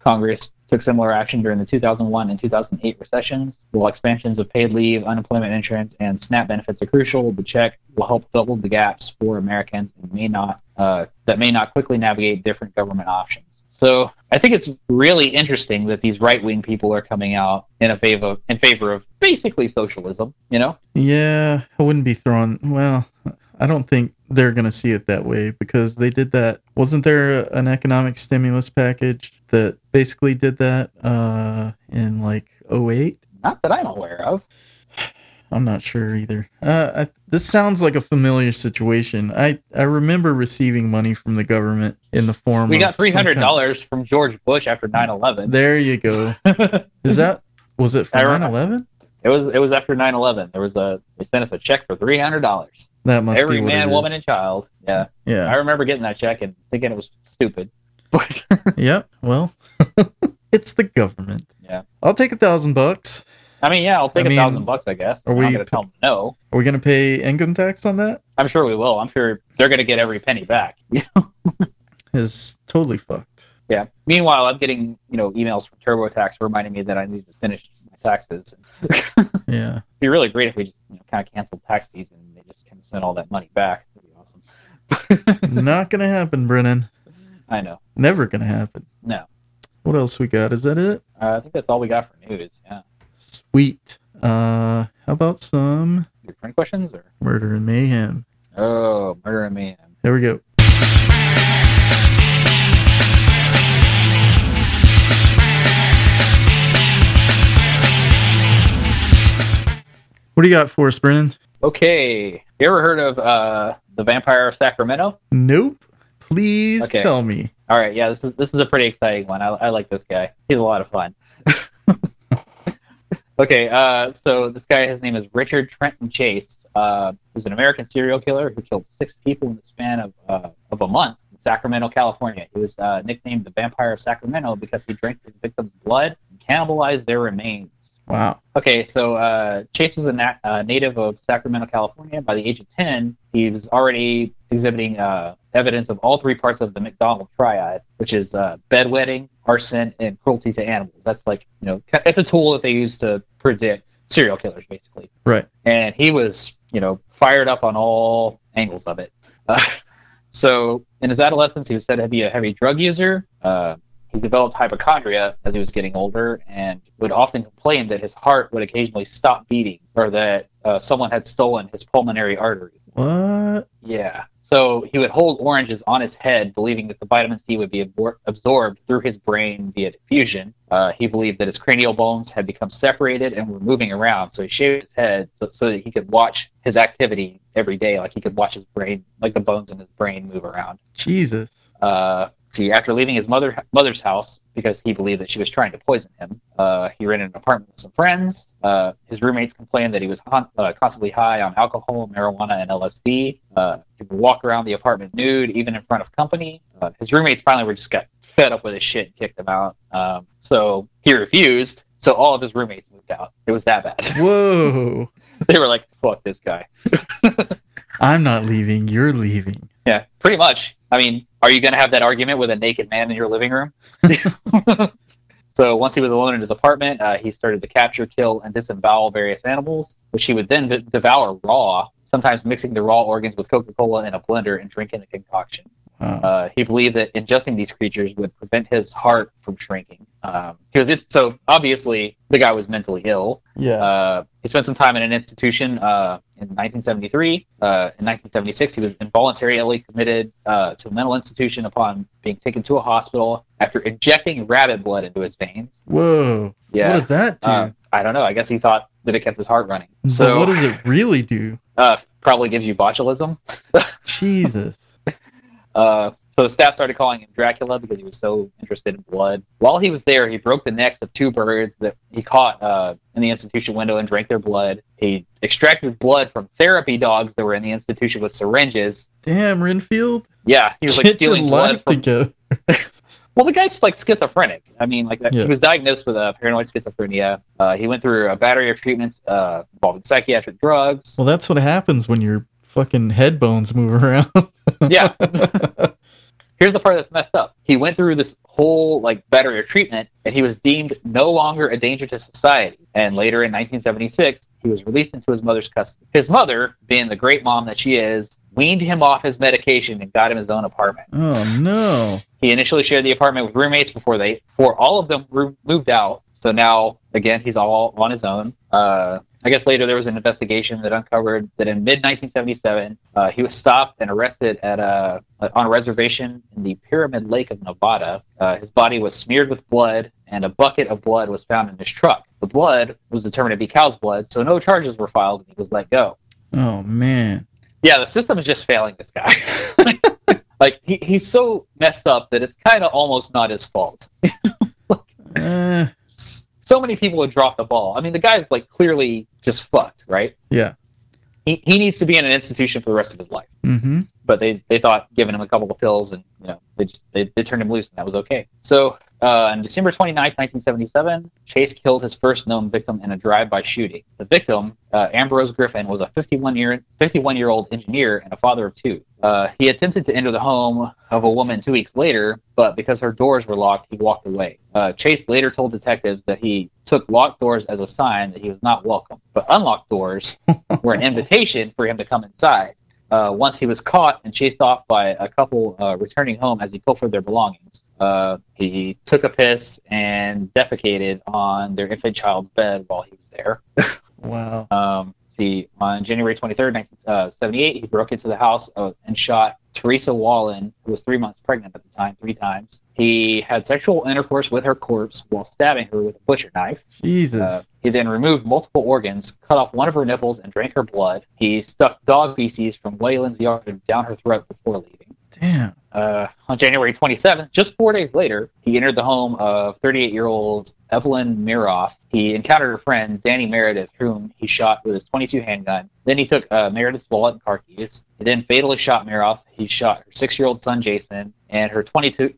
D: Congress took similar action during the 2001 and 2008 recessions. While expansions of paid leave, unemployment insurance, and SNAP benefits are crucial, the check will help fill the gaps for Americans and may not uh, that may not quickly navigate different government options. So I think it's really interesting that these right wing people are coming out in a favor in favor of basically socialism. You know,
A: Yeah, I wouldn't be throwing. Well, I don't think they're going to see it that way because they did that. Wasn't there an economic stimulus package that basically did that uh, in like 08?
D: not that I'm aware of.
A: I'm not sure either. Uh, I, this sounds like a familiar situation. I, I remember receiving money from the government in the form
D: We
A: of
D: got
A: some
D: three hundred
A: kind-
D: dollars from George Bush after 9-11.
A: There you go. Is that was it for
D: I re-
A: 9/11?
D: It was it was after 9-11. There was a they sent us a check for three hundred dollars.
A: That must
D: Every
A: be what
D: man,
A: it is.
D: woman, and child. Yeah.
A: yeah.
D: I remember getting that check and thinking it was stupid. But
A: yep. Well, it's the government.
D: Yeah.
A: I'll take a thousand bucks.
D: I mean, yeah, I'll take
A: I
D: a
A: mean,
D: thousand bucks, I guess.
A: are
D: I'm not
A: we-
D: gonna tell them no.
A: Are we gonna pay income tax on that?
D: I'm sure we will. I'm sure they're gonna get every penny back.
A: Is totally fucked.
D: yeah. Meanwhile, I'm getting you know emails from TurboTax reminding me that I need to finish my taxes. It'd
A: Yeah.
D: be really great if we just you know, kind of canceled tax season and they just kind of send all that money back. That'd be awesome.
A: Not gonna happen, Brennan.
D: I know.
A: Never gonna happen.
D: No,
A: What else we got? Is that it?
D: uh, I think that's all we got for news. Yeah.
A: Sweet. Uh how about some
D: Your friend questions or
A: murder and mayhem?
D: oh, murder and man.
A: There we go. What do you got for us, Brennan?
D: Okay. You ever heard of uh, the Vampire of Sacramento?
A: Nope. Please
D: Okay.
A: tell me.
D: All right, yeah, this is this is a pretty exciting one. I, I like this guy. He's a lot of fun. okay, uh, so this guy, his name is Richard Trenton Chase, uh, who's an American serial killer who killed six people in the span of uh, of a month in Sacramento, California. He was uh, nicknamed the Vampire of Sacramento because he drank his victims' blood and cannibalized their remains.
A: Wow.
D: Okay, so uh, Chase was a nat- uh, native of Sacramento, California. By the age of 10, he was already exhibiting uh, evidence of all three parts of the McDonald triad, which is uh, bedwetting, arson, and cruelty to animals. That's like, you know, ca- it's a tool that they use to predict serial killers, basically.
A: Right.
D: And he was, you know, fired up on all angles of it. Uh, so in his adolescence, he was said to be a heavy drug user. Uh, he developed hypochondria as he was getting older and would often complain that his heart would occasionally stop beating or that uh, someone had stolen his pulmonary artery.
A: What?
D: Yeah. So he would hold oranges on his head, believing that the vitamin C would be abor- absorbed through his brain via diffusion. Uh, he believed that his cranial bones had become separated and were moving around. So he shaved his head so, so that he could watch his activity every day. Like he could watch his brain, like the bones in his brain move around
A: Jesus.
D: uh, see, after leaving his mother mother's house because he believed that she was trying to poison him, uh, he rented an apartment with some friends. Uh, his roommates complained that he was con- uh, constantly high on alcohol, marijuana, and LSD. Uh, he would walk around the apartment nude, even in front of company. Uh, his roommates finally were just got fed up with his shit and kicked him out. Um, so he refused. So all of his roommates moved out. It was that bad.
A: Whoa.
D: they were like, "Fuck this guy."
A: I'm not leaving. You're leaving.
D: Yeah, pretty much. I mean, are you going to have that argument with a naked man in your living room? so once he was alone in his apartment, uh, he started to capture, kill, and disembowel various animals, which he would then v- devour raw, sometimes mixing the raw organs with Coca Cola in a blender and drinking a concoction.
A: Wow.
D: Uh, he believed that ingesting these creatures would prevent his heart from shrinking. Um, he was just, so obviously the guy was mentally ill.
A: Yeah.
D: Uh, he spent some time in an institution uh, in 1973. Uh, in 1976, he was involuntarily committed uh, to a mental institution upon being taken to a hospital after injecting rabbit blood into his veins.
A: Whoa. What
D: Yeah.
A: does that do?
D: Uh, I don't know. I guess he thought that it kept his heart running.
A: But
D: So
A: what does it really do?
D: uh, probably gives you botulism.
A: Jesus.
D: Uh, so the staff started calling him Dracula because he was so interested in blood. While he was there, he broke the necks of two birds that he caught uh, in the institution window and drank their blood. He extracted blood from therapy dogs that were in the institution with syringes.
A: Damn, Renfield.
D: Yeah, he was like
A: Get your
D: stealing blood
A: life
D: from.
A: together.
D: Well, the guy's like schizophrenic. I mean, like that
A: Yeah.
D: he was diagnosed with uh, paranoid schizophrenia. Uh, he went through a battery of treatments uh, involving psychiatric drugs.
A: Well, that's what happens when your fucking head bones move around.
D: yeah. Here's the part that's messed up. He went through this whole like battery of treatment, and he was deemed no longer a danger to society. And later in 1976, he was released into his mother's custody. His mother, being the great mom that she is, weaned him off his medication and got him his own apartment.
A: oh no.
D: He initially shared the apartment with roommates before they, before all of them roo- moved out. So now, again, he's all on his own. Uh, I guess later there was an investigation that uncovered that in mid 1977, uh, he was stopped and arrested at a on a reservation in the Pyramid Lake of Nevada. Uh, his body was smeared with blood, and a bucket of blood was found in his truck. The blood was determined to be cow's blood, so no charges were filed, and he was let go.
A: Oh man.
D: Yeah, the system is just failing this guy. like he, he's so messed up that it's kind of almost not his fault.
A: Eh,
D: S- So many people would drop the ball. I mean, the guy's like clearly just fucked, right?
A: Yeah.
D: He, he needs to be in an institution for the rest of his life.
A: mm-hmm.
D: But they, they thought giving him a couple of pills and you know they just, they, they turned him loose and that was okay. So uh, on December 29th, 1977, Chase killed his first known victim in a drive-by shooting. The victim, uh, Ambrose Griffin, was a 51 year 51 year old engineer and a father of two. Uh, he attempted to enter the home of a woman two weeks later, but because her doors were locked, he walked away. Uh, Chase later told detectives that he took locked doors as a sign that he was not welcome, but unlocked doors were an invitation for him to come inside uh, once he was caught and chased off by a couple uh, returning home as he pilfered their belongings. Uh, he took a piss and defecated on their infant child's bed while he was there.
A: Wow.
D: uh, Um, see, on January 23rd, 1978, he broke into the house of, and shot Teresa Wallen, who was three months pregnant at the time, three times. He had sexual intercourse with her corpse while stabbing her with a butcher knife.
A: Jesus.
D: Uh, he then removed multiple organs, cut off one of her nipples, and drank her blood. He stuffed dog feces from Wayland's yard down her throat before leaving.
A: Damn.
D: Uh, on January 27th, just four days later, he entered the home of 38 year old Evelyn Miroff. He encountered her friend, Danny Meredith, whom he shot with his 22 handgun. Then he took uh, Meredith's wallet and car keys. He then fatally shot Miroff. He shot her six year old son, Jason, and her 22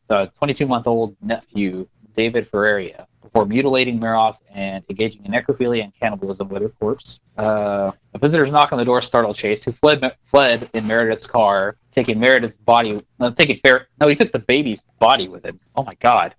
D: month old nephew, David Ferreria, before mutilating Miroff and engaging in necrophilia and cannibalism with her corpse. Uh, a visitor's knock on the door startled Chase, who fled fled in Meredith's car, taking Meredith's body. No, taking Fer- no, he took the baby's body with him. Oh my god!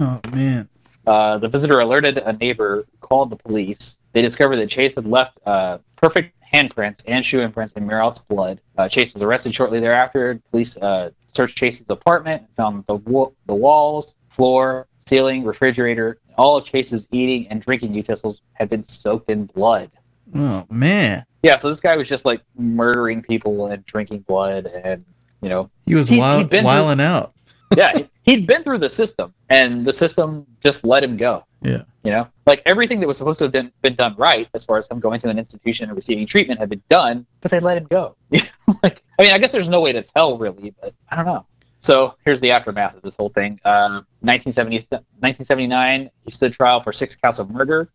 A: Oh man.
D: Uh, the visitor alerted a neighbor, who called the police. They discovered that Chase had left uh, perfect handprints and shoe imprints in Merritt's blood. Uh, Chase was arrested shortly thereafter. Police uh, searched Chase's apartment and found the, wa- the walls, floor, ceiling, refrigerator, all of Chase's eating and drinking utensils had been soaked in blood.
A: Oh man.
D: Yeah, so this guy was just like murdering people and drinking blood, and you know,
A: He was
D: He-
A: wild,
D: he'd been-
A: wiling out.
D: yeah, he'd been through the system, and the system just let him go.
A: Yeah.
D: you know, like everything that was supposed to have been, been done right, as far as him going to an institution and receiving treatment, had been done, but they let him go. like, I mean, I guess there's no way to tell really, but I don't know. So here's the aftermath of this whole thing. Uh, 1970, 1979, he stood trial for six counts of murder.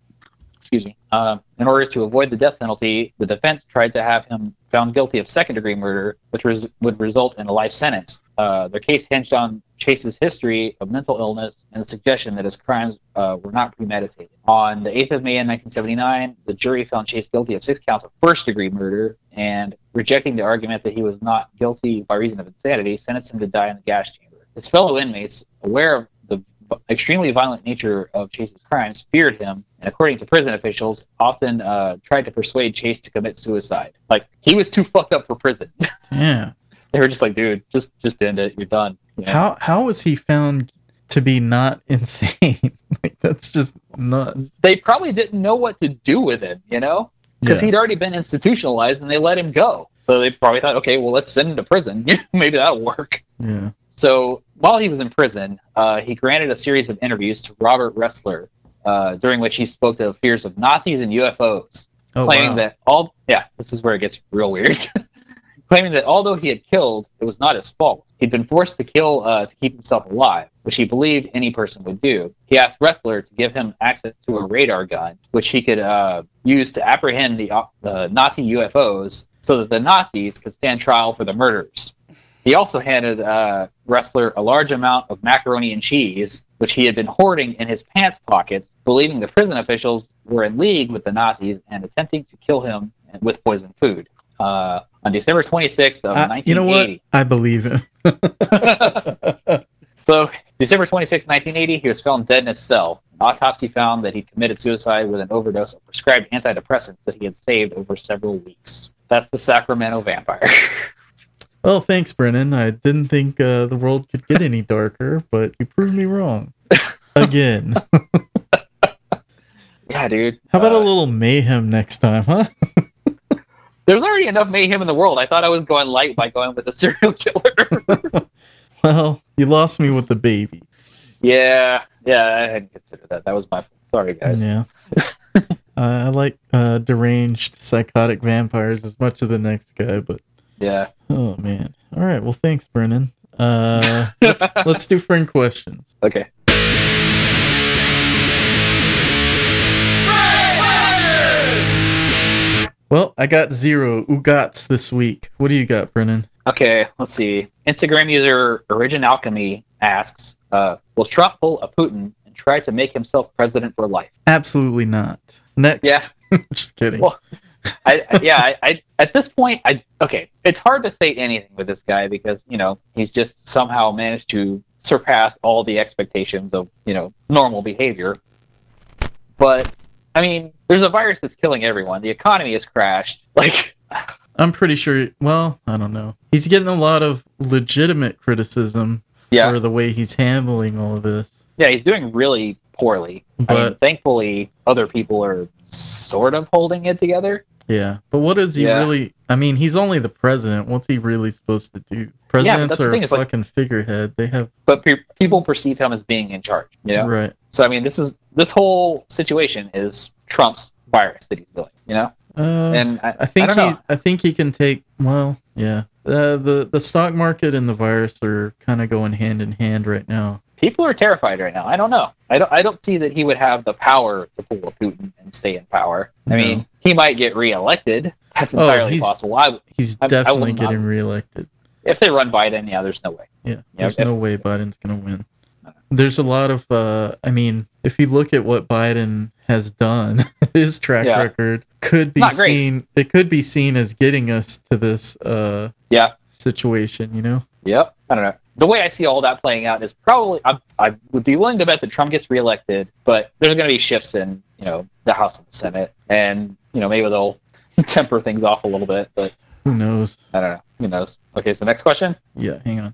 D: Excuse me. Um, in order to avoid the death penalty, the defense tried to have him found guilty of second-degree murder, which res- would result in a life sentence. Uh, their case hinged on Chase's history of mental illness and the suggestion that his crimes uh, were not premeditated. On the 8th of May in 1979, the jury found Chase guilty of six counts of first-degree murder and, rejecting the argument that he was not guilty by reason of insanity, sentenced him to die in the gas chamber. His fellow inmates, aware of the v- extremely violent nature of Chase's crimes, feared him, and according to prison officials, often uh, tried to persuade Chase to commit suicide. Like he was too fucked up for prison.
A: Yeah.
D: they were just like, "Dude, just just end it. You're done." You know?
A: How how was he found to be not insane? like that's just nuts.
D: They probably didn't know what to do with him, you know, because
A: Yeah.
D: he'd already been institutionalized, and they let him go. So they probably thought, "Okay, well, let's send him to prison. Maybe that'll work."
A: Yeah.
D: So while he was in prison, uh, he granted a series of interviews to Robert Ressler, uh, during which he spoke to fears of Nazis and UFOs,
A: Oh,
D: claiming
A: wow.
D: that all yeah, this is where it gets real weird. claiming that although he had killed, it was not his fault. He'd been forced to kill uh, to keep himself alive, which he believed any person would do. He asked Wrestler to give him access to a radar gun, which he could uh, use to apprehend the op- uh, Nazi UFOs, so that the Nazis could stand trial for the murders. He also handed uh, Wrestler a large amount of macaroni and cheese, which he had been hoarding in his pants pockets, believing the prison officials were in league with the Nazis and attempting to kill him with poisoned food. Uh, on December 26th of
A: I- Uh, you know what?
D: 1980.
A: I believe him.
D: so, December 26, 1980, he was found dead in his cell. An autopsy found that he committed suicide with an overdose of prescribed antidepressants that he had saved over several weeks. That's the Sacramento vampire.
A: Well, thanks, Brennan. I didn't think uh, the world could get any darker, but you proved me wrong again.
D: yeah, dude.
A: How about
D: Uh,
A: a little mayhem next time, huh?
D: There's already enough mayhem in the world. I thought I was going light by going with a serial killer.
A: Well, you lost me with the baby.
D: yeah, yeah, I hadn't considered that. That was my fault. Sorry, guys.
A: Yeah. I I like uh, deranged psychotic vampires as much as the next guy, but
D: Yeah.
A: oh man. All right. Well, thanks, Brennan. Uh, let's let's do friend questions.
D: Okay.
A: Well, I got zero Ugats this week. What do you got, Brennan?
D: Okay, let's see. Instagram user Origin Alchemy asks, uh, "Will Trump pull a Putin and try to make himself president for life?"
A: Absolutely not. Next.
D: Yeah.
A: Just kidding.
D: Well- I, I- yeah, I, I at this point, I okay. It's hard to say anything with this guy because you know he's just somehow managed to surpass all the expectations of you know normal behavior. But I mean, there's a virus that's killing everyone. The economy has crashed. Like,
A: I'm pretty sure. Well, I don't know. He's getting a lot of legitimate criticism
D: yeah,
A: for the way he's handling all of this.
D: yeah, he's doing really poorly. I mean,
A: But-
D: thankfully, other people are sort of holding it together.
A: Yeah, but what is he
D: Yeah.
A: really? I mean, he's only the president. What's he really supposed to do? Presidents
D: that's the
A: are
D: thing,
A: a
D: it's like-
A: fucking figurehead. They have
D: but pe- people perceive him as being in charge. You know,
A: right.
D: so I mean, this is this whole situation is Trump's virus that he's building. You know,
A: Uh,
D: and I,
A: I think
D: I
A: he.
D: don't
A: I think he can take. Well, yeah. Uh, the the stock market and the virus are kind of going hand in hand right now.
D: people are terrified right now. I don't know. I don't. I don't see that he would have the power to pull a Putin and stay in power.
A: No.
D: I mean, he might get reelected. That's
A: Oh,
D: entirely
A: he's-
D: possible. I,
A: He's
D: I- I
A: definitely
D: will not-
A: getting reelected.
D: if they run Biden, yeah, there's no way.
A: Yeah,
D: Yeah,
A: there's no way Biden's going to win. There's a lot of, uh, I mean, if you look at what Biden has done, his track
D: Yeah.
A: record could be
D: not great.
A: seen. It could be seen as getting us to this uh,
D: Yeah.
A: situation. You know,
D: Yep. I don't know. The way I see all that playing out is probably I, I would be willing to bet that Trump gets reelected, but there's going to be shifts in you know the House and the Senate, and you know maybe they'll temper things off a little bit. But
A: who knows?
D: I don't know. Who knows? Okay. So next question.
A: Yeah, hang on.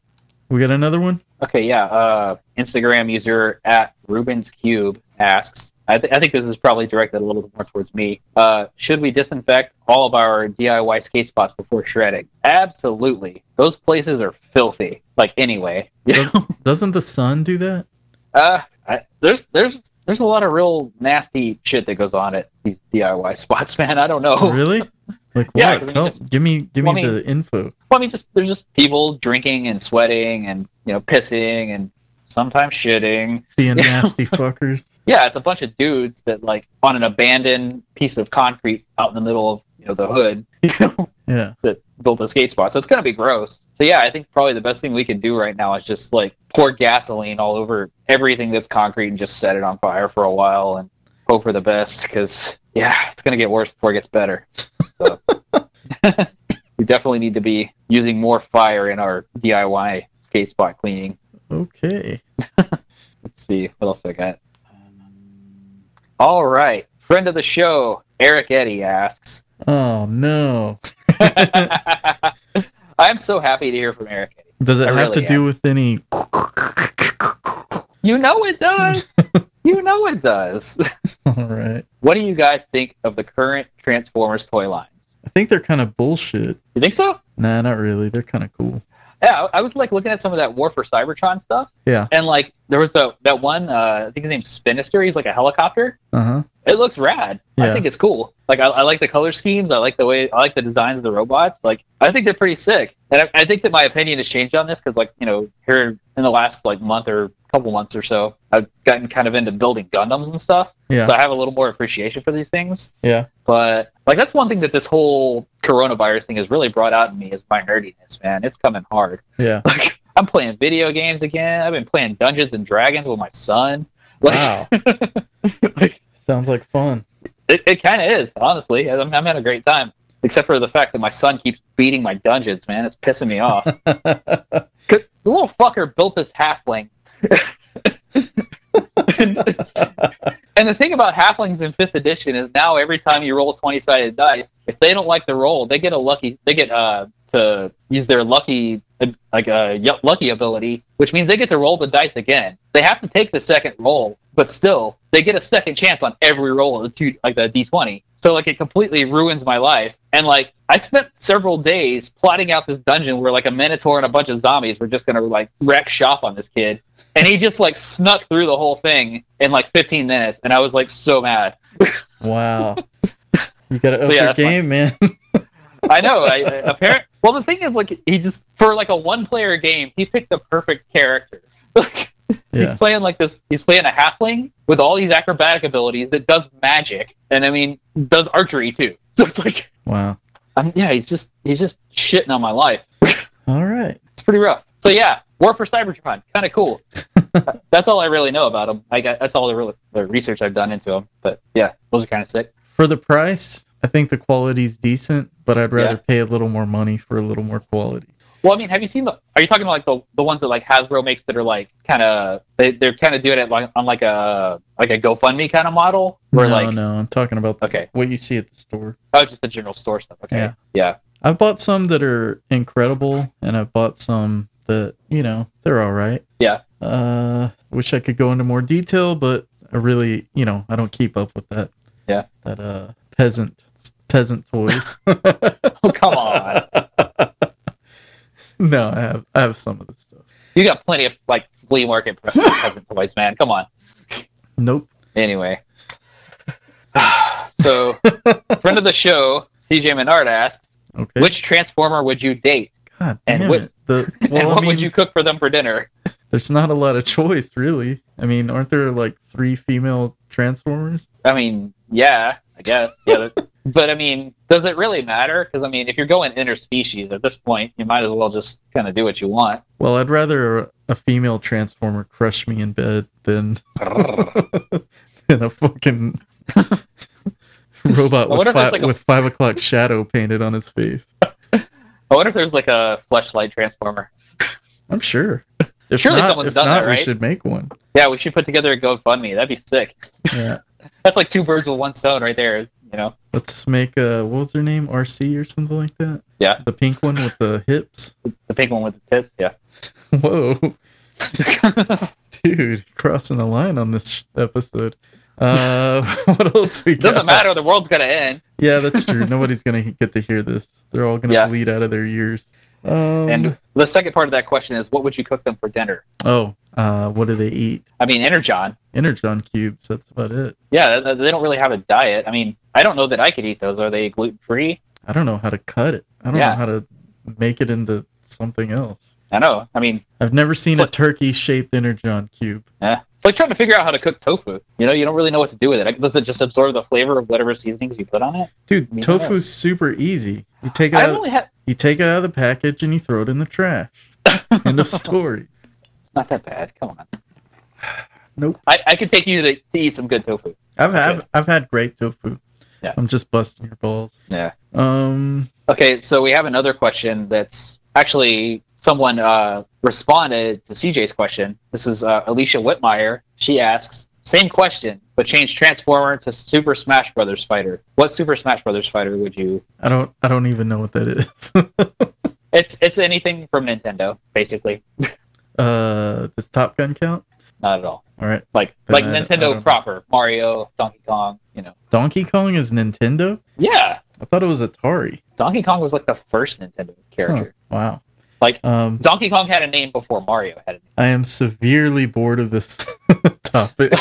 A: We got another one.
D: Okay, yeah. Uh, Instagram user at Rubens Cube asks. I, th- I think this is probably directed a little bit more towards me. Uh, should we disinfect all of our DIY skate spots before shredding? Absolutely. Those places are filthy. Like anyway,
A: Doesn't the sun do that?
D: uh, I, there's there's there's a lot of real nasty shit that goes on at these DIY spots, man. I don't know.
A: Really? Like
D: Oh. Yeah,
A: what?
D: 'cause we
A: Tell,
D: just-
A: give me, give me
D: well, I mean-
A: the info.
D: Well, I mean, just there's just people drinking and sweating and you know pissing and sometimes shitting.
A: Being nasty fuckers.
D: yeah, it's a bunch of dudes that like on an abandoned piece of concrete out in the middle of you know the hood
A: Yeah.
D: that built a skate spot. So it's gonna be gross. So yeah, I think probably the best thing we can do right now is just like pour gasoline all over everything that's concrete and just set it on fire for a while and hope for the best. Because yeah, it's gonna get worse before it gets better. So we definitely need to be using more fire in our DIY skate spot cleaning.
A: Okay.
D: Let's see what else do I got. Um, All right, friend of the show, Eric Eddy asks.
A: Oh no.
D: I'm so happy to hear from Eric Eddy.
A: Does it
D: I
A: have to
D: really
A: do with any?
D: You know it does. you know it does.
A: All right.
D: what do you guys think of the current Transformers toy lines?
A: I think they're kind of bullshit.
D: You think so?
A: Nah, not really. They're kind of cool.
D: Yeah, I I was like looking at some of that War for Cybertron stuff.
A: Yeah.
D: And like there was the that one uh, I think his name's Spinister. He's like a helicopter.
A: Uh huh.
D: It looks rad.
A: Yeah.
D: I think it's cool. Like I, I like the color schemes. I like the way I like the designs of the robots. Like I think they're pretty sick. And I, I think that my opinion has changed on this because like you know here in the last like month or couple months or so, I've gotten kind of into building Gundams and stuff.
A: Yeah.
D: So I have a little more appreciation for these things.
A: Yeah.
D: But like that's one thing that this whole coronavirus thing has really brought out in me is my nerdiness, man. It's coming hard.
A: Yeah.
D: Like I'm playing video games again. I've been playing Dungeons and Dragons with my son. Like,
A: Wow. Sounds like fun.
D: It, it kind of is, honestly. I'm, I'm having a great time, except for the fact that my son keeps beating my dungeons, man. It's pissing me off. 'Cause the little fucker built this halfling. and, and the thing about halflings in fifth edition is now every time you roll twenty sided dice, if they don't like the roll, they get a lucky. They get uh to use their lucky uh, like a uh, lucky ability, which means they get to roll the dice again. They have to take the second roll, but still they get a second chance on every roll of the two like the d twenty. So like it completely ruins my life. And like I spent several days plotting out this dungeon where like a minotaur and a bunch of zombies were just gonna like wreck shop on this kid and he just like snuck through the whole thing in like 15 minutes and i was like so mad
A: Wow. You gotta up
D: So, yeah,
A: your
D: that's fine.
A: game, man.
D: i know i apparent well the thing is like he just for like a one player game he picked the perfect character like he's
A: yeah.
D: playing like this he's playing a halfling with all these acrobatic abilities that does magic and i mean does archery too so it's like
A: Wow.
D: um, yeah he's just he's just shitting on my life
A: All right.
D: it's pretty rough. So yeah, War for Cybertron, kind of cool. that's all I really know about him. I got, that's all the, real, the research I've done into him. But yeah, those are kind of sick.
A: For the price, I think the quality's decent, but I'd rather pay a little more money for a little more quality.
D: Well, I mean, have you seen the? Are you talking about like the, the ones that like Hasbro makes that are like kind of they they're kind of doing it like on like a like a GoFundMe kind of model where
A: no,
D: like
A: no, I'm talking about
D: okay
A: what you see at the store.
D: oh just the general store stuff okay
A: Yeah.
D: yeah,
A: I've bought some that are incredible, and I've bought some that you know they're all right.
D: Yeah.
A: Uh, wish I could go into more detail, but I really, you know, I don't keep up with that.
D: Yeah.
A: That uh peasant peasant toys.
D: oh come on
A: No, I have I have some of this stuff.
D: You got plenty of like flea market pre- present toys, man. Come on.
A: Nope.
D: Anyway, so friend of the show, CJ Menard asks,
A: Okay.
D: which Transformer would you date,
A: God
D: and
A: damn
D: what-
A: it. The, well,
D: and
A: I
D: what
A: mean,
D: would you cook for them for dinner?
A: There's not a lot of choice, really. I mean, aren't there like three female Transformers?
D: I mean, yeah, I guess. Yeah, that- but I mean, does it really matter? Because I mean, if you're going interspecies at this point, you might as well just kind of do what you want.
A: Well, I'd rather a female Transformer crush me in bed than than a fucking robot
D: I wonder
A: with
D: if there's
A: five,
D: like a-
A: with five o'clock shadow painted on his face.
D: I wonder if there's like a fleshlight transformer.
A: I'm sure. If
D: Surely
A: not,
D: someone's
A: if
D: done that,
A: not, We
D: right?
A: should make one.
D: Yeah, we should put together a GoFundMe. That'd be sick.
A: Yeah.
D: That's like two birds with one stone right there. You know,
A: Let's make uh what was her name? RC or something like that.
D: Yeah.
A: The pink one with the hips.
D: the pink one with the tits. Yeah.
A: Whoa, dude, crossing the line on this episode. Uh, what else we
D: It
A: got?
D: doesn't matter. The world's gonna end,
A: Yeah, that's true. Nobody's gonna get to hear this. They're all gonna
D: Yeah.
A: bleed out of their ears. Um,
D: and the second part of that question is, what would you cook them for dinner?
A: oh, uh, what do they eat?
D: I mean, energon.
A: Energon cubes. That's about it.
D: Yeah, th- they don't really have a diet. I mean, I don't know that I could eat those. Are they gluten free?
A: I don't know how to cut it. I don't
D: Yeah.
A: know how to make it into something else.
D: I know. I mean,
A: I've never seen
D: It's
A: a
D: like-
A: turkey shaped energon cube.
D: eh. it's like trying to figure out how to cook tofu. You know, you don't really know what to do with it. Like, Does it just absorb the flavor of whatever seasonings you put on it?
A: Dude,
D: I mean,
A: tofu's
D: yes.
A: super easy. You take it
D: I've
A: out,
D: only had.
A: you take it out of the package and you throw it in the trash. End of story.
D: It's not that bad. Come on.
A: Nope.
D: I, I could take you to, to eat some good tofu.
A: I've had I've had great tofu.
D: Yeah.
A: I'm just busting your balls.
D: Yeah.
A: Um
D: Okay, so we have another question that's actually someone uh, responded to CJ's question. This is uh, Alicia Whitmire. She asks, same question, but change Transformer to Super Smash Brothers fighter. What Super Smash Brothers fighter would you?
A: I don't I don't even know what that is.
D: It's it's anything from Nintendo, basically.
A: uh does Top Gun count?
D: Not at all.
A: All right.
D: Like
A: Then
D: like
A: I- I don't know.
D: Nintendo proper, Mario, Donkey Kong. You know.
A: Donkey Kong is Nintendo?
D: Yeah,
A: I thought it was Atari.
D: Donkey Kong was like the first Nintendo character.
A: Wow.
D: Like-
A: um
D: Donkey Kong had a name before Mario had a name.
A: I am severely bored of this topic.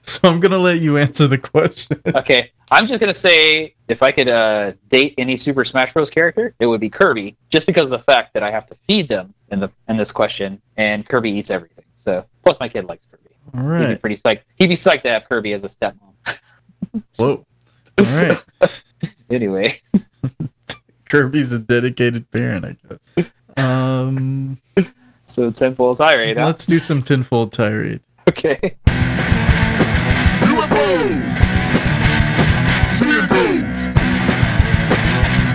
A: so I'm gonna let you answer the question.
D: okay, I'm just gonna say if I could uh, date any Super Smash Bros. character, it would be Kirby, just because of the fact that I have to feed them in the in this question, and Kirby eats everything. So plus, my kid likes Kirby.
A: All
D: He'd be
A: right.
D: pretty psyched. He'd be psyched to have Kirby as a stepmom.
A: Whoa. All right.
D: anyway,
A: Kirby's a dedicated parent, I guess. Um,
D: so tenfold tirade. Huh?
A: let's do some tenfold tirade.
D: Okay.
E: UFOs! CMPs!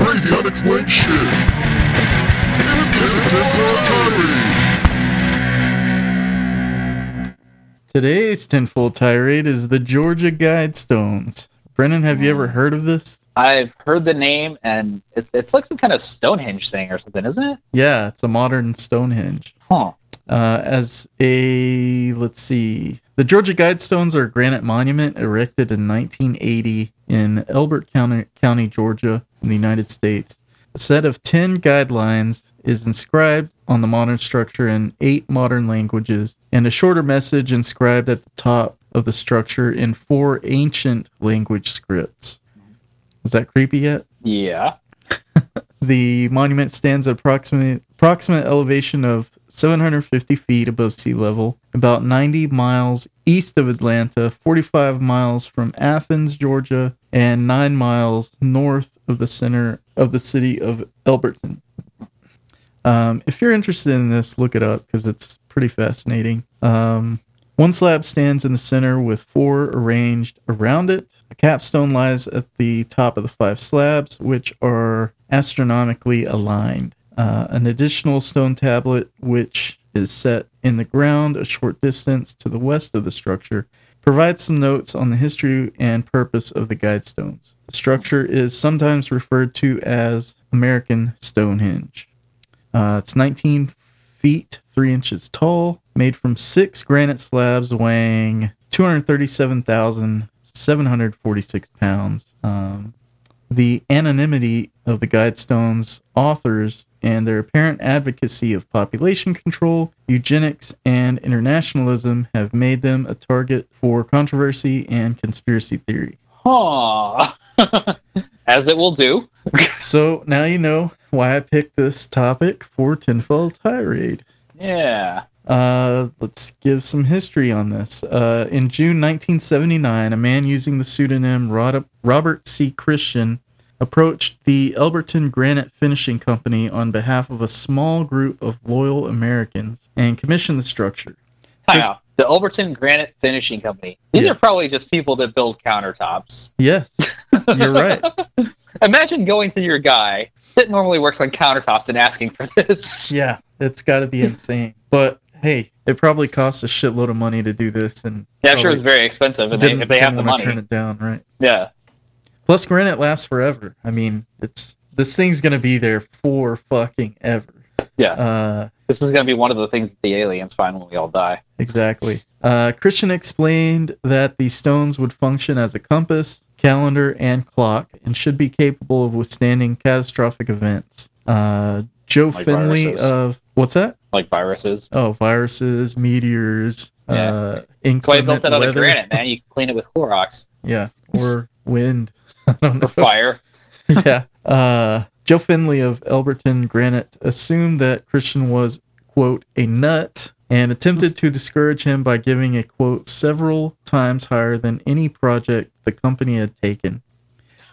E: Crazy unexplained shit! It's just a tenfold tirade!
A: Today's tenfold tirade is the Georgia Guidestones. Brennan, have you ever heard of this?
D: I've heard the name, and it's it's like some kind of Stonehenge thing or something, isn't it?
A: Yeah, it's a modern Stonehenge.
D: Huh.
A: Uh, as a let's see, the Georgia Guidestones are a granite monument erected in 1980 in Elbert County, County, Georgia, in the United States. A set of 10 guidelines is inscribed on the modern structure in eight modern languages, and a shorter message inscribed at the top of the structure in four ancient language scripts. Is that creepy yet?
D: Yeah.
A: The monument stands at approximate approximate elevation of 750 feet above sea level, about 90 miles east of Atlanta, 45 miles from Athens, Georgia, and 9 miles north of the center of the city of Elberton. Um, if you're interested in this, look it up because it's pretty fascinating. Um, one slab stands in the center with four arranged around it. A capstone lies at the top of the five slabs, which are astronomically aligned. Uh, an additional stone tablet, which is set in the ground a short distance to the west of the structure, provides some notes on the history and purpose of the guidestones. The structure is sometimes referred to as American Stonehenge. Uh, it's 19 feet, 3 inches tall, made from six granite slabs weighing 237,746 pounds. Um, the anonymity of the Guidestone's authors and their apparent advocacy of population control, eugenics, and internationalism have made them a target for controversy and conspiracy theory.
D: Huh. As it will do.
A: So now you know why I picked this topic for Tinfoil Tirade.
D: Yeah.
A: Uh, let's give some history on this. Uh, in June 1979, a man using the pseudonym Rod- Robert C. Christian approached the Elberton Granite Finishing Company on behalf of a small group of loyal Americans and commissioned the structure.
D: Time out. The Elberton Granite Finishing Company. These
A: Yeah.
D: are probably just people that build countertops.
A: Yes, you're right.
D: Imagine going to your guy that normally works on countertops and asking for this.
A: Yeah, it's got to be insane. But hey, it probably costs a shitload of money to do this, and
D: Yeah, I'm sure it's very expensive if they,
A: didn't-
D: if they
A: didn't
D: have the
A: wanna
D: money.
A: turn it down, right?
D: Yeah.
A: Plus, granite lasts forever. I mean, it's this thing's gonna be there for fucking ever.
D: Yeah.
A: Uh,
D: This is going to be one of the things that the aliens find when we all die.
A: exactly. Uh, Christian explained that the stones would function as a compass, calendar, and clock, and should be capable of withstanding catastrophic events. Uh, Joe
D: Like
A: Finley
D: viruses.
A: of what's that?
D: Like viruses.
A: Oh, viruses, meteors,
D: Yeah.
A: uh,
D: That's why I built
A: inclement
D: it out of
A: weather.
D: granite, man. You clean it with Clorox
A: Yeah, or wind. I don't
D: or
A: know.
D: fire.
A: yeah. Uh, Joe Finley of Elberton Granite assumed that Christian was, quote, a nut and attempted to discourage him by giving a quote several times higher than any project the company had taken,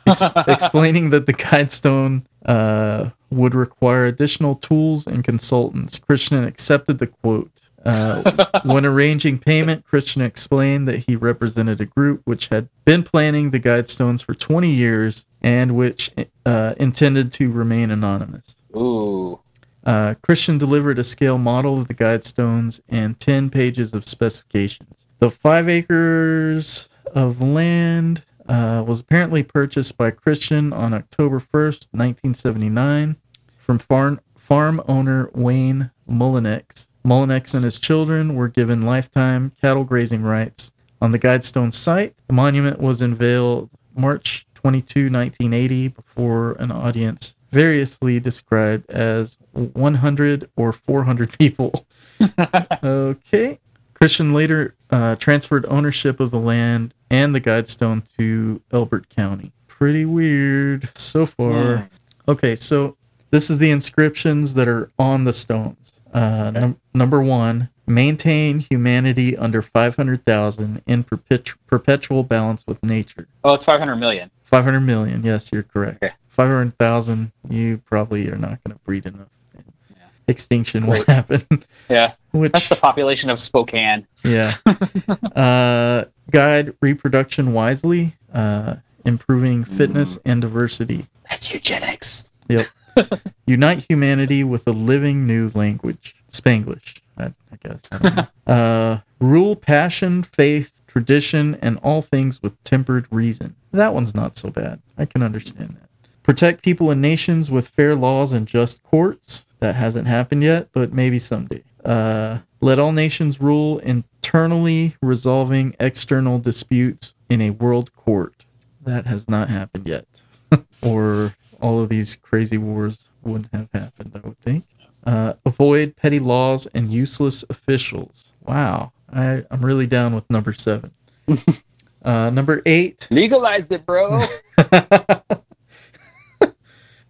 A: Ex- explaining that the guidestone uh, would require additional tools and consultants. Christian accepted the quote. Uh, when arranging payment, Christian explained that he represented a group which had been planning the Guidestones for 20 years and which uh, intended to remain anonymous.
D: Ooh.
A: Uh, Christian delivered a scale model of the Guidestones and 10 pages of specifications. The five acres of land uh, was apparently purchased by Christian on October 1st, 1979, from farm, farm owner Wayne Mullinex. Mullinex and his children were given lifetime cattle grazing rights on the Guidestone site. The monument was unveiled March 22, 1980, before an audience variously described as 100 or 400 people. okay. Christian later uh, transferred ownership of the land and the Guidestone to Elbert County. Pretty weird so far. Okay, so this is the inscriptions that are on the stones. Uh, num- number one, maintain humanity under 500,000 in perpetu- perpetual balance with nature.
D: Oh, it's 500 million.
A: 500 million, yes, you're correct.
D: Okay.
A: 500,000, you probably are not going to breed enough. Extinction will
D: Right.
A: happen.
D: Yeah. That's
A: Which,
D: the population of Spokane.
A: yeah. Uh, guide reproduction wisely, uh, improving fitness and diversity.
D: That's eugenics.
A: Unite humanity with a living new language. Spanglish, I, I guess. I don't know. uh, rule passion, faith, tradition, and all things with tempered reason. That one's not so bad. I can understand that. Protect people and nations with fair laws and just courts. That hasn't happened yet, but maybe someday. Uh, let all nations rule internally, resolving external disputes in a world court. That has not happened yet or all of these crazy wars wouldn't have happened, I would think. Uh, avoid petty laws and useless officials. Wow. I, I'm really down with number seven. uh, number eight.
D: Legalize it, bro.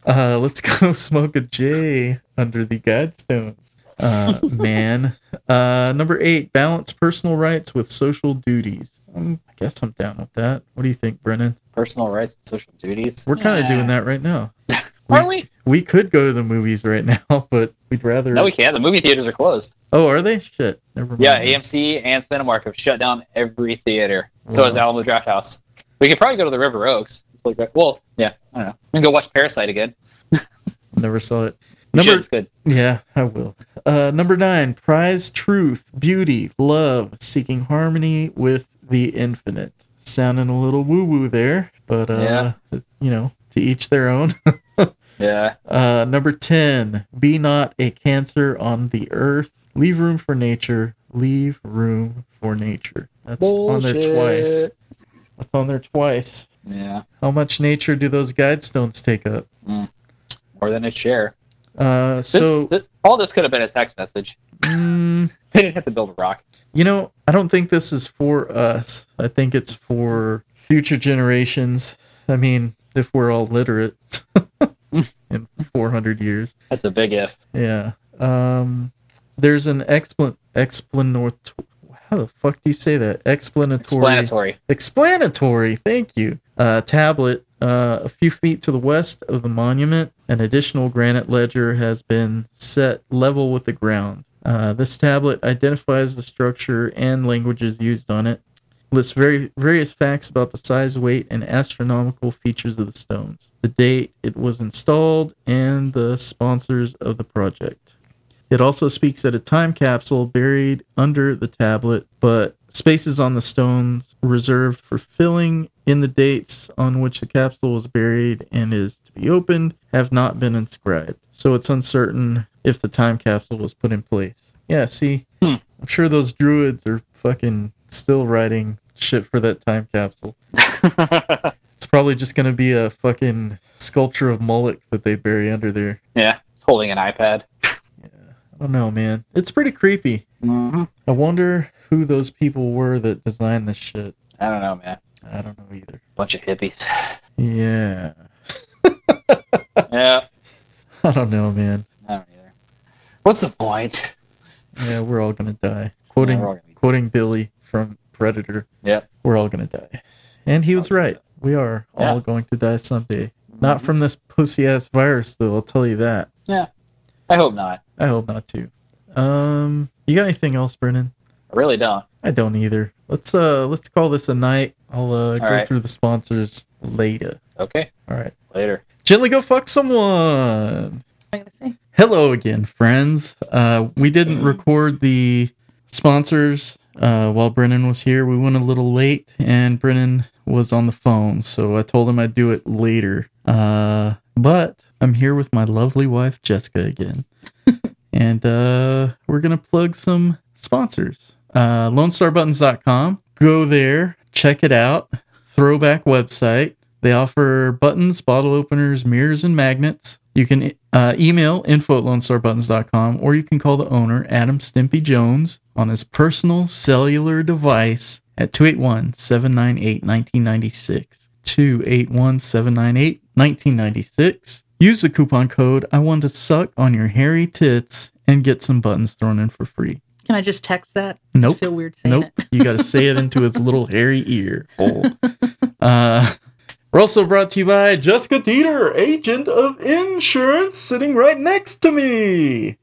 A: Uh, let's go smoke a J under the Godstones. Uh, man. Uh, number eight. Balance personal rights with social duties. Um, I guess I'm down with that. What do you think, Brennan?
D: Personal rights and social duties.
A: We're kind of
D: Yeah.
A: doing that right now.
D: Are we?
A: We could go to the movies right now, but we'd rather.
D: No, we can't. The movie theaters are closed.
A: Oh, are they? Shit. Never mind.
D: Yeah, AMC and Cinemark have shut down every theater. So
A: Wow.
D: has Alamo Drafthouse. We could probably go to the River Oaks. It's like that. Well, yeah, I don't know. We can go watch Parasite again.
A: Never saw it.
D: We should,
A: Number
D: it's good.
A: yeah, I will. Uh, number nine, prize truth, beauty, love, seeking harmony with the infinite. Sounding a little woo woo there, but uh, you know, to each their own.
D: Yeah.
A: Uh, number 10, be not a cancer on the earth. Leave room for nature. Leave room for nature. That's on there twice.
D: Bullshit.
A: That's on there twice.
D: Yeah,
A: How much nature do those guidestones take up?
D: more than a share.
A: Uh,
D: This-
A: so,
D: this- all this could have been a text message.
A: mm,
D: They didn't have to build a rock.
A: you know, I don't think this is for us. I think it's for future generations. I mean, if we're all literate in 400 years.
D: That's a big if.
A: Yeah. Um, there's an explan explanatory. How the fuck do you say that? Explanatory.
D: Explanatory.
A: Explanatory. Thank you. Uh, tablet. Uh, a few feet to the west of the monument, an additional granite ledger has been set level with the ground. Uh, this tablet identifies the structure and languages used on it. Lists very various facts about the size, weight, and astronomical features of the stones, the date it was installed, and the sponsors of the project. It also speaks at a time capsule buried under the tablet, but spaces on the stones reserved for filling in the dates on which the capsule was buried and is to be opened have not been inscribed. So it's uncertain if the time capsule was put in place. Yeah, see,
D: Hmm.
A: I'm sure those druids are fucking still writing shit for that time capsule. It's probably just going to be a fucking sculpture of Moloch that they bury under there.
D: yeah, it's holding an iPad.
A: I don't know, man. It's pretty creepy.
D: Mm-hmm.
A: I wonder who those people were that designed this shit.
D: I don't know, man.
A: I don't know either.
D: Bunch of hippies.
A: Yeah.
D: yeah,
A: I don't know, man.
D: I don't either. What's the point?
A: Yeah, we're all gonna die. Quoting
D: Yeah, we're all gonna be-
A: quoting Billy from Predator.
D: Yep.
A: We're all gonna die. And he was
D: All gonna
A: right. We are all
D: Yeah. Mm-hmm.
A: going to die someday. Not from this pussy ass virus though, I'll tell you that.
D: I hope not.
A: I hope not to. Um you got anything else, Brennan?
D: I really don't.
A: I don't either. Let's uh let's call this a night. I'll uh go
D: right.
A: through the sponsors later.
D: Okay,
A: All right.
D: later.
A: Gently go fuck someone.
C: What am I gonna say?
A: Hello again, friends. Uh, we didn't record the sponsors uh, while Brennan was here. We went a little late, and Brennan was on the phone, so I told him I'd do it later. Uh, but I'm here with my lovely wife, Jessica, again. and uh, we're going to plug some sponsors uh, LoneStarButtons.com. Go there, check it out. Throwback website. They offer buttons, bottle openers, mirrors, and magnets. You can uh, email info at lonestarbuttons.com or you can call the owner, Adam Stimpy Jones, on his personal cellular device at 281 798 1996. 281 798 1996. Use the coupon code I want to suck on your hairy tits and get some buttons thrown in for free.
C: Can I just text that? I
A: Nope.
C: feel weird saying
A: Nope. you got to say it into his little hairy ear hole. Uh, we're also brought to you by Jessica Dieter, agent of insurance, sitting right next to me.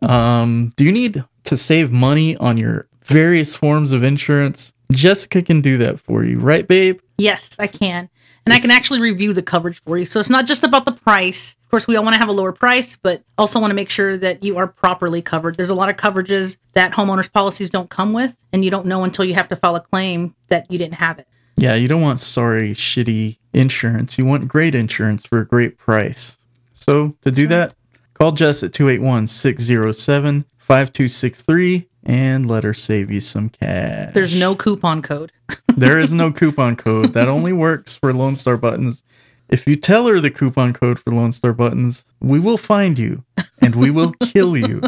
A: Um, do you need to save money on your various forms of insurance? Jessica can do that for you, right, babe?
C: it. Yes, I can. And I can actually review the coverage for you. So it's not just about the price. Of course, we all want to have a lower price, but also want to make sure that you are properly covered. There's a lot of coverages that homeowners policies don't come with, and you don't know until you have to file a claim that you didn't have it.
A: Yeah, you don't want sorry, shitty insurance. You want great insurance for a great price. So to do that, call Jess at 281 607 5263 and let her save you some cash.
C: There's no coupon code.
A: there is no coupon code. That only works for Lone Star Buttons. If you tell her the coupon code for Lone Star Buttons, we will find you and we will kill you.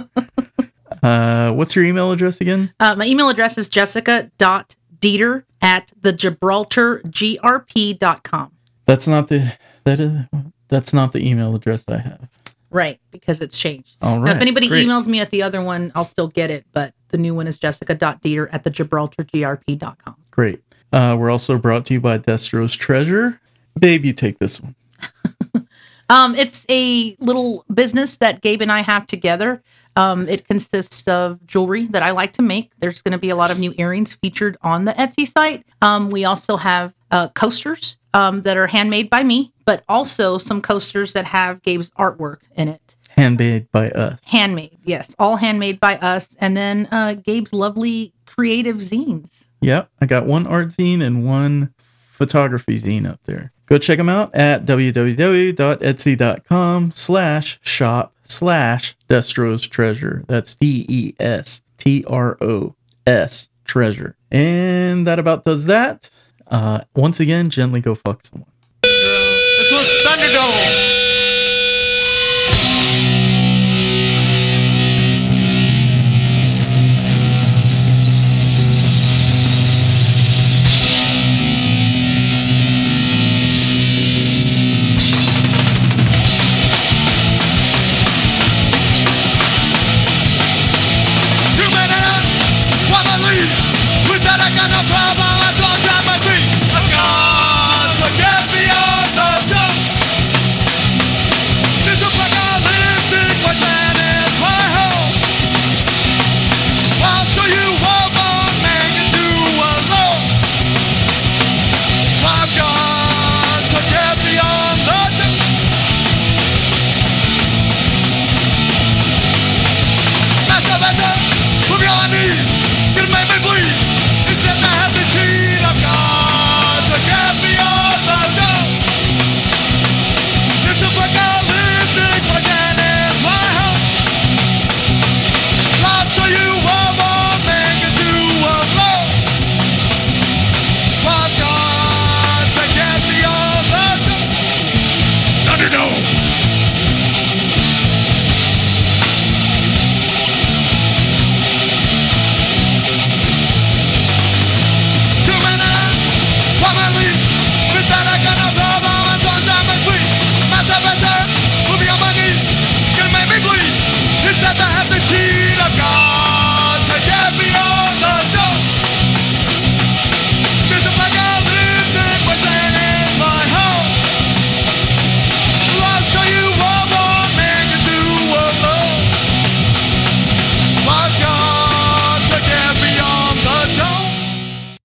A: Uh, what's your email address again?
C: Uh, my email address is jessica.dieter at the gibraltargrp.com.
A: That's not the that is that's not the email address I have.
C: Right, because it's changed.
A: All right.
C: Now, if anybody
A: great.
C: emails me at the other one, I'll still get it, but the new one is jessica.dieter at the gibraltargrp.com.
A: Great. Uh, we're also brought to you by Destro's Treasure. Babe, you take this one.
C: Um, it's a little business that Gabe and I have together. Um, it consists of jewelry that I like to make. There's going to be a lot of new earrings featured on the Etsy site. Um, we also have uh, coasters um, that are handmade by me, but also some coasters that have Gabe's artwork in it.
A: Handmade by us.
C: Handmade, yes, all handmade by us. And then uh, Gabe's lovely creative zines.
A: Yep, I got one art zine and one photography zine up there. Go check them out at www.etsy.com slash shop slash Destro's Treasure. That's E D-E-S-T-R-O-S Treasure. And that about does that. Uh, once again, gently go fuck someone.
B: This one's Thunderdome.
F: You may not want to leave without a kind of problem. I don't have a dream. God forget me on the jump. This is like I lived in my land and my home. I'll show you what one man can do alone. My God forget me on the jump. Masturbation, put me on my knees, you make me bleed.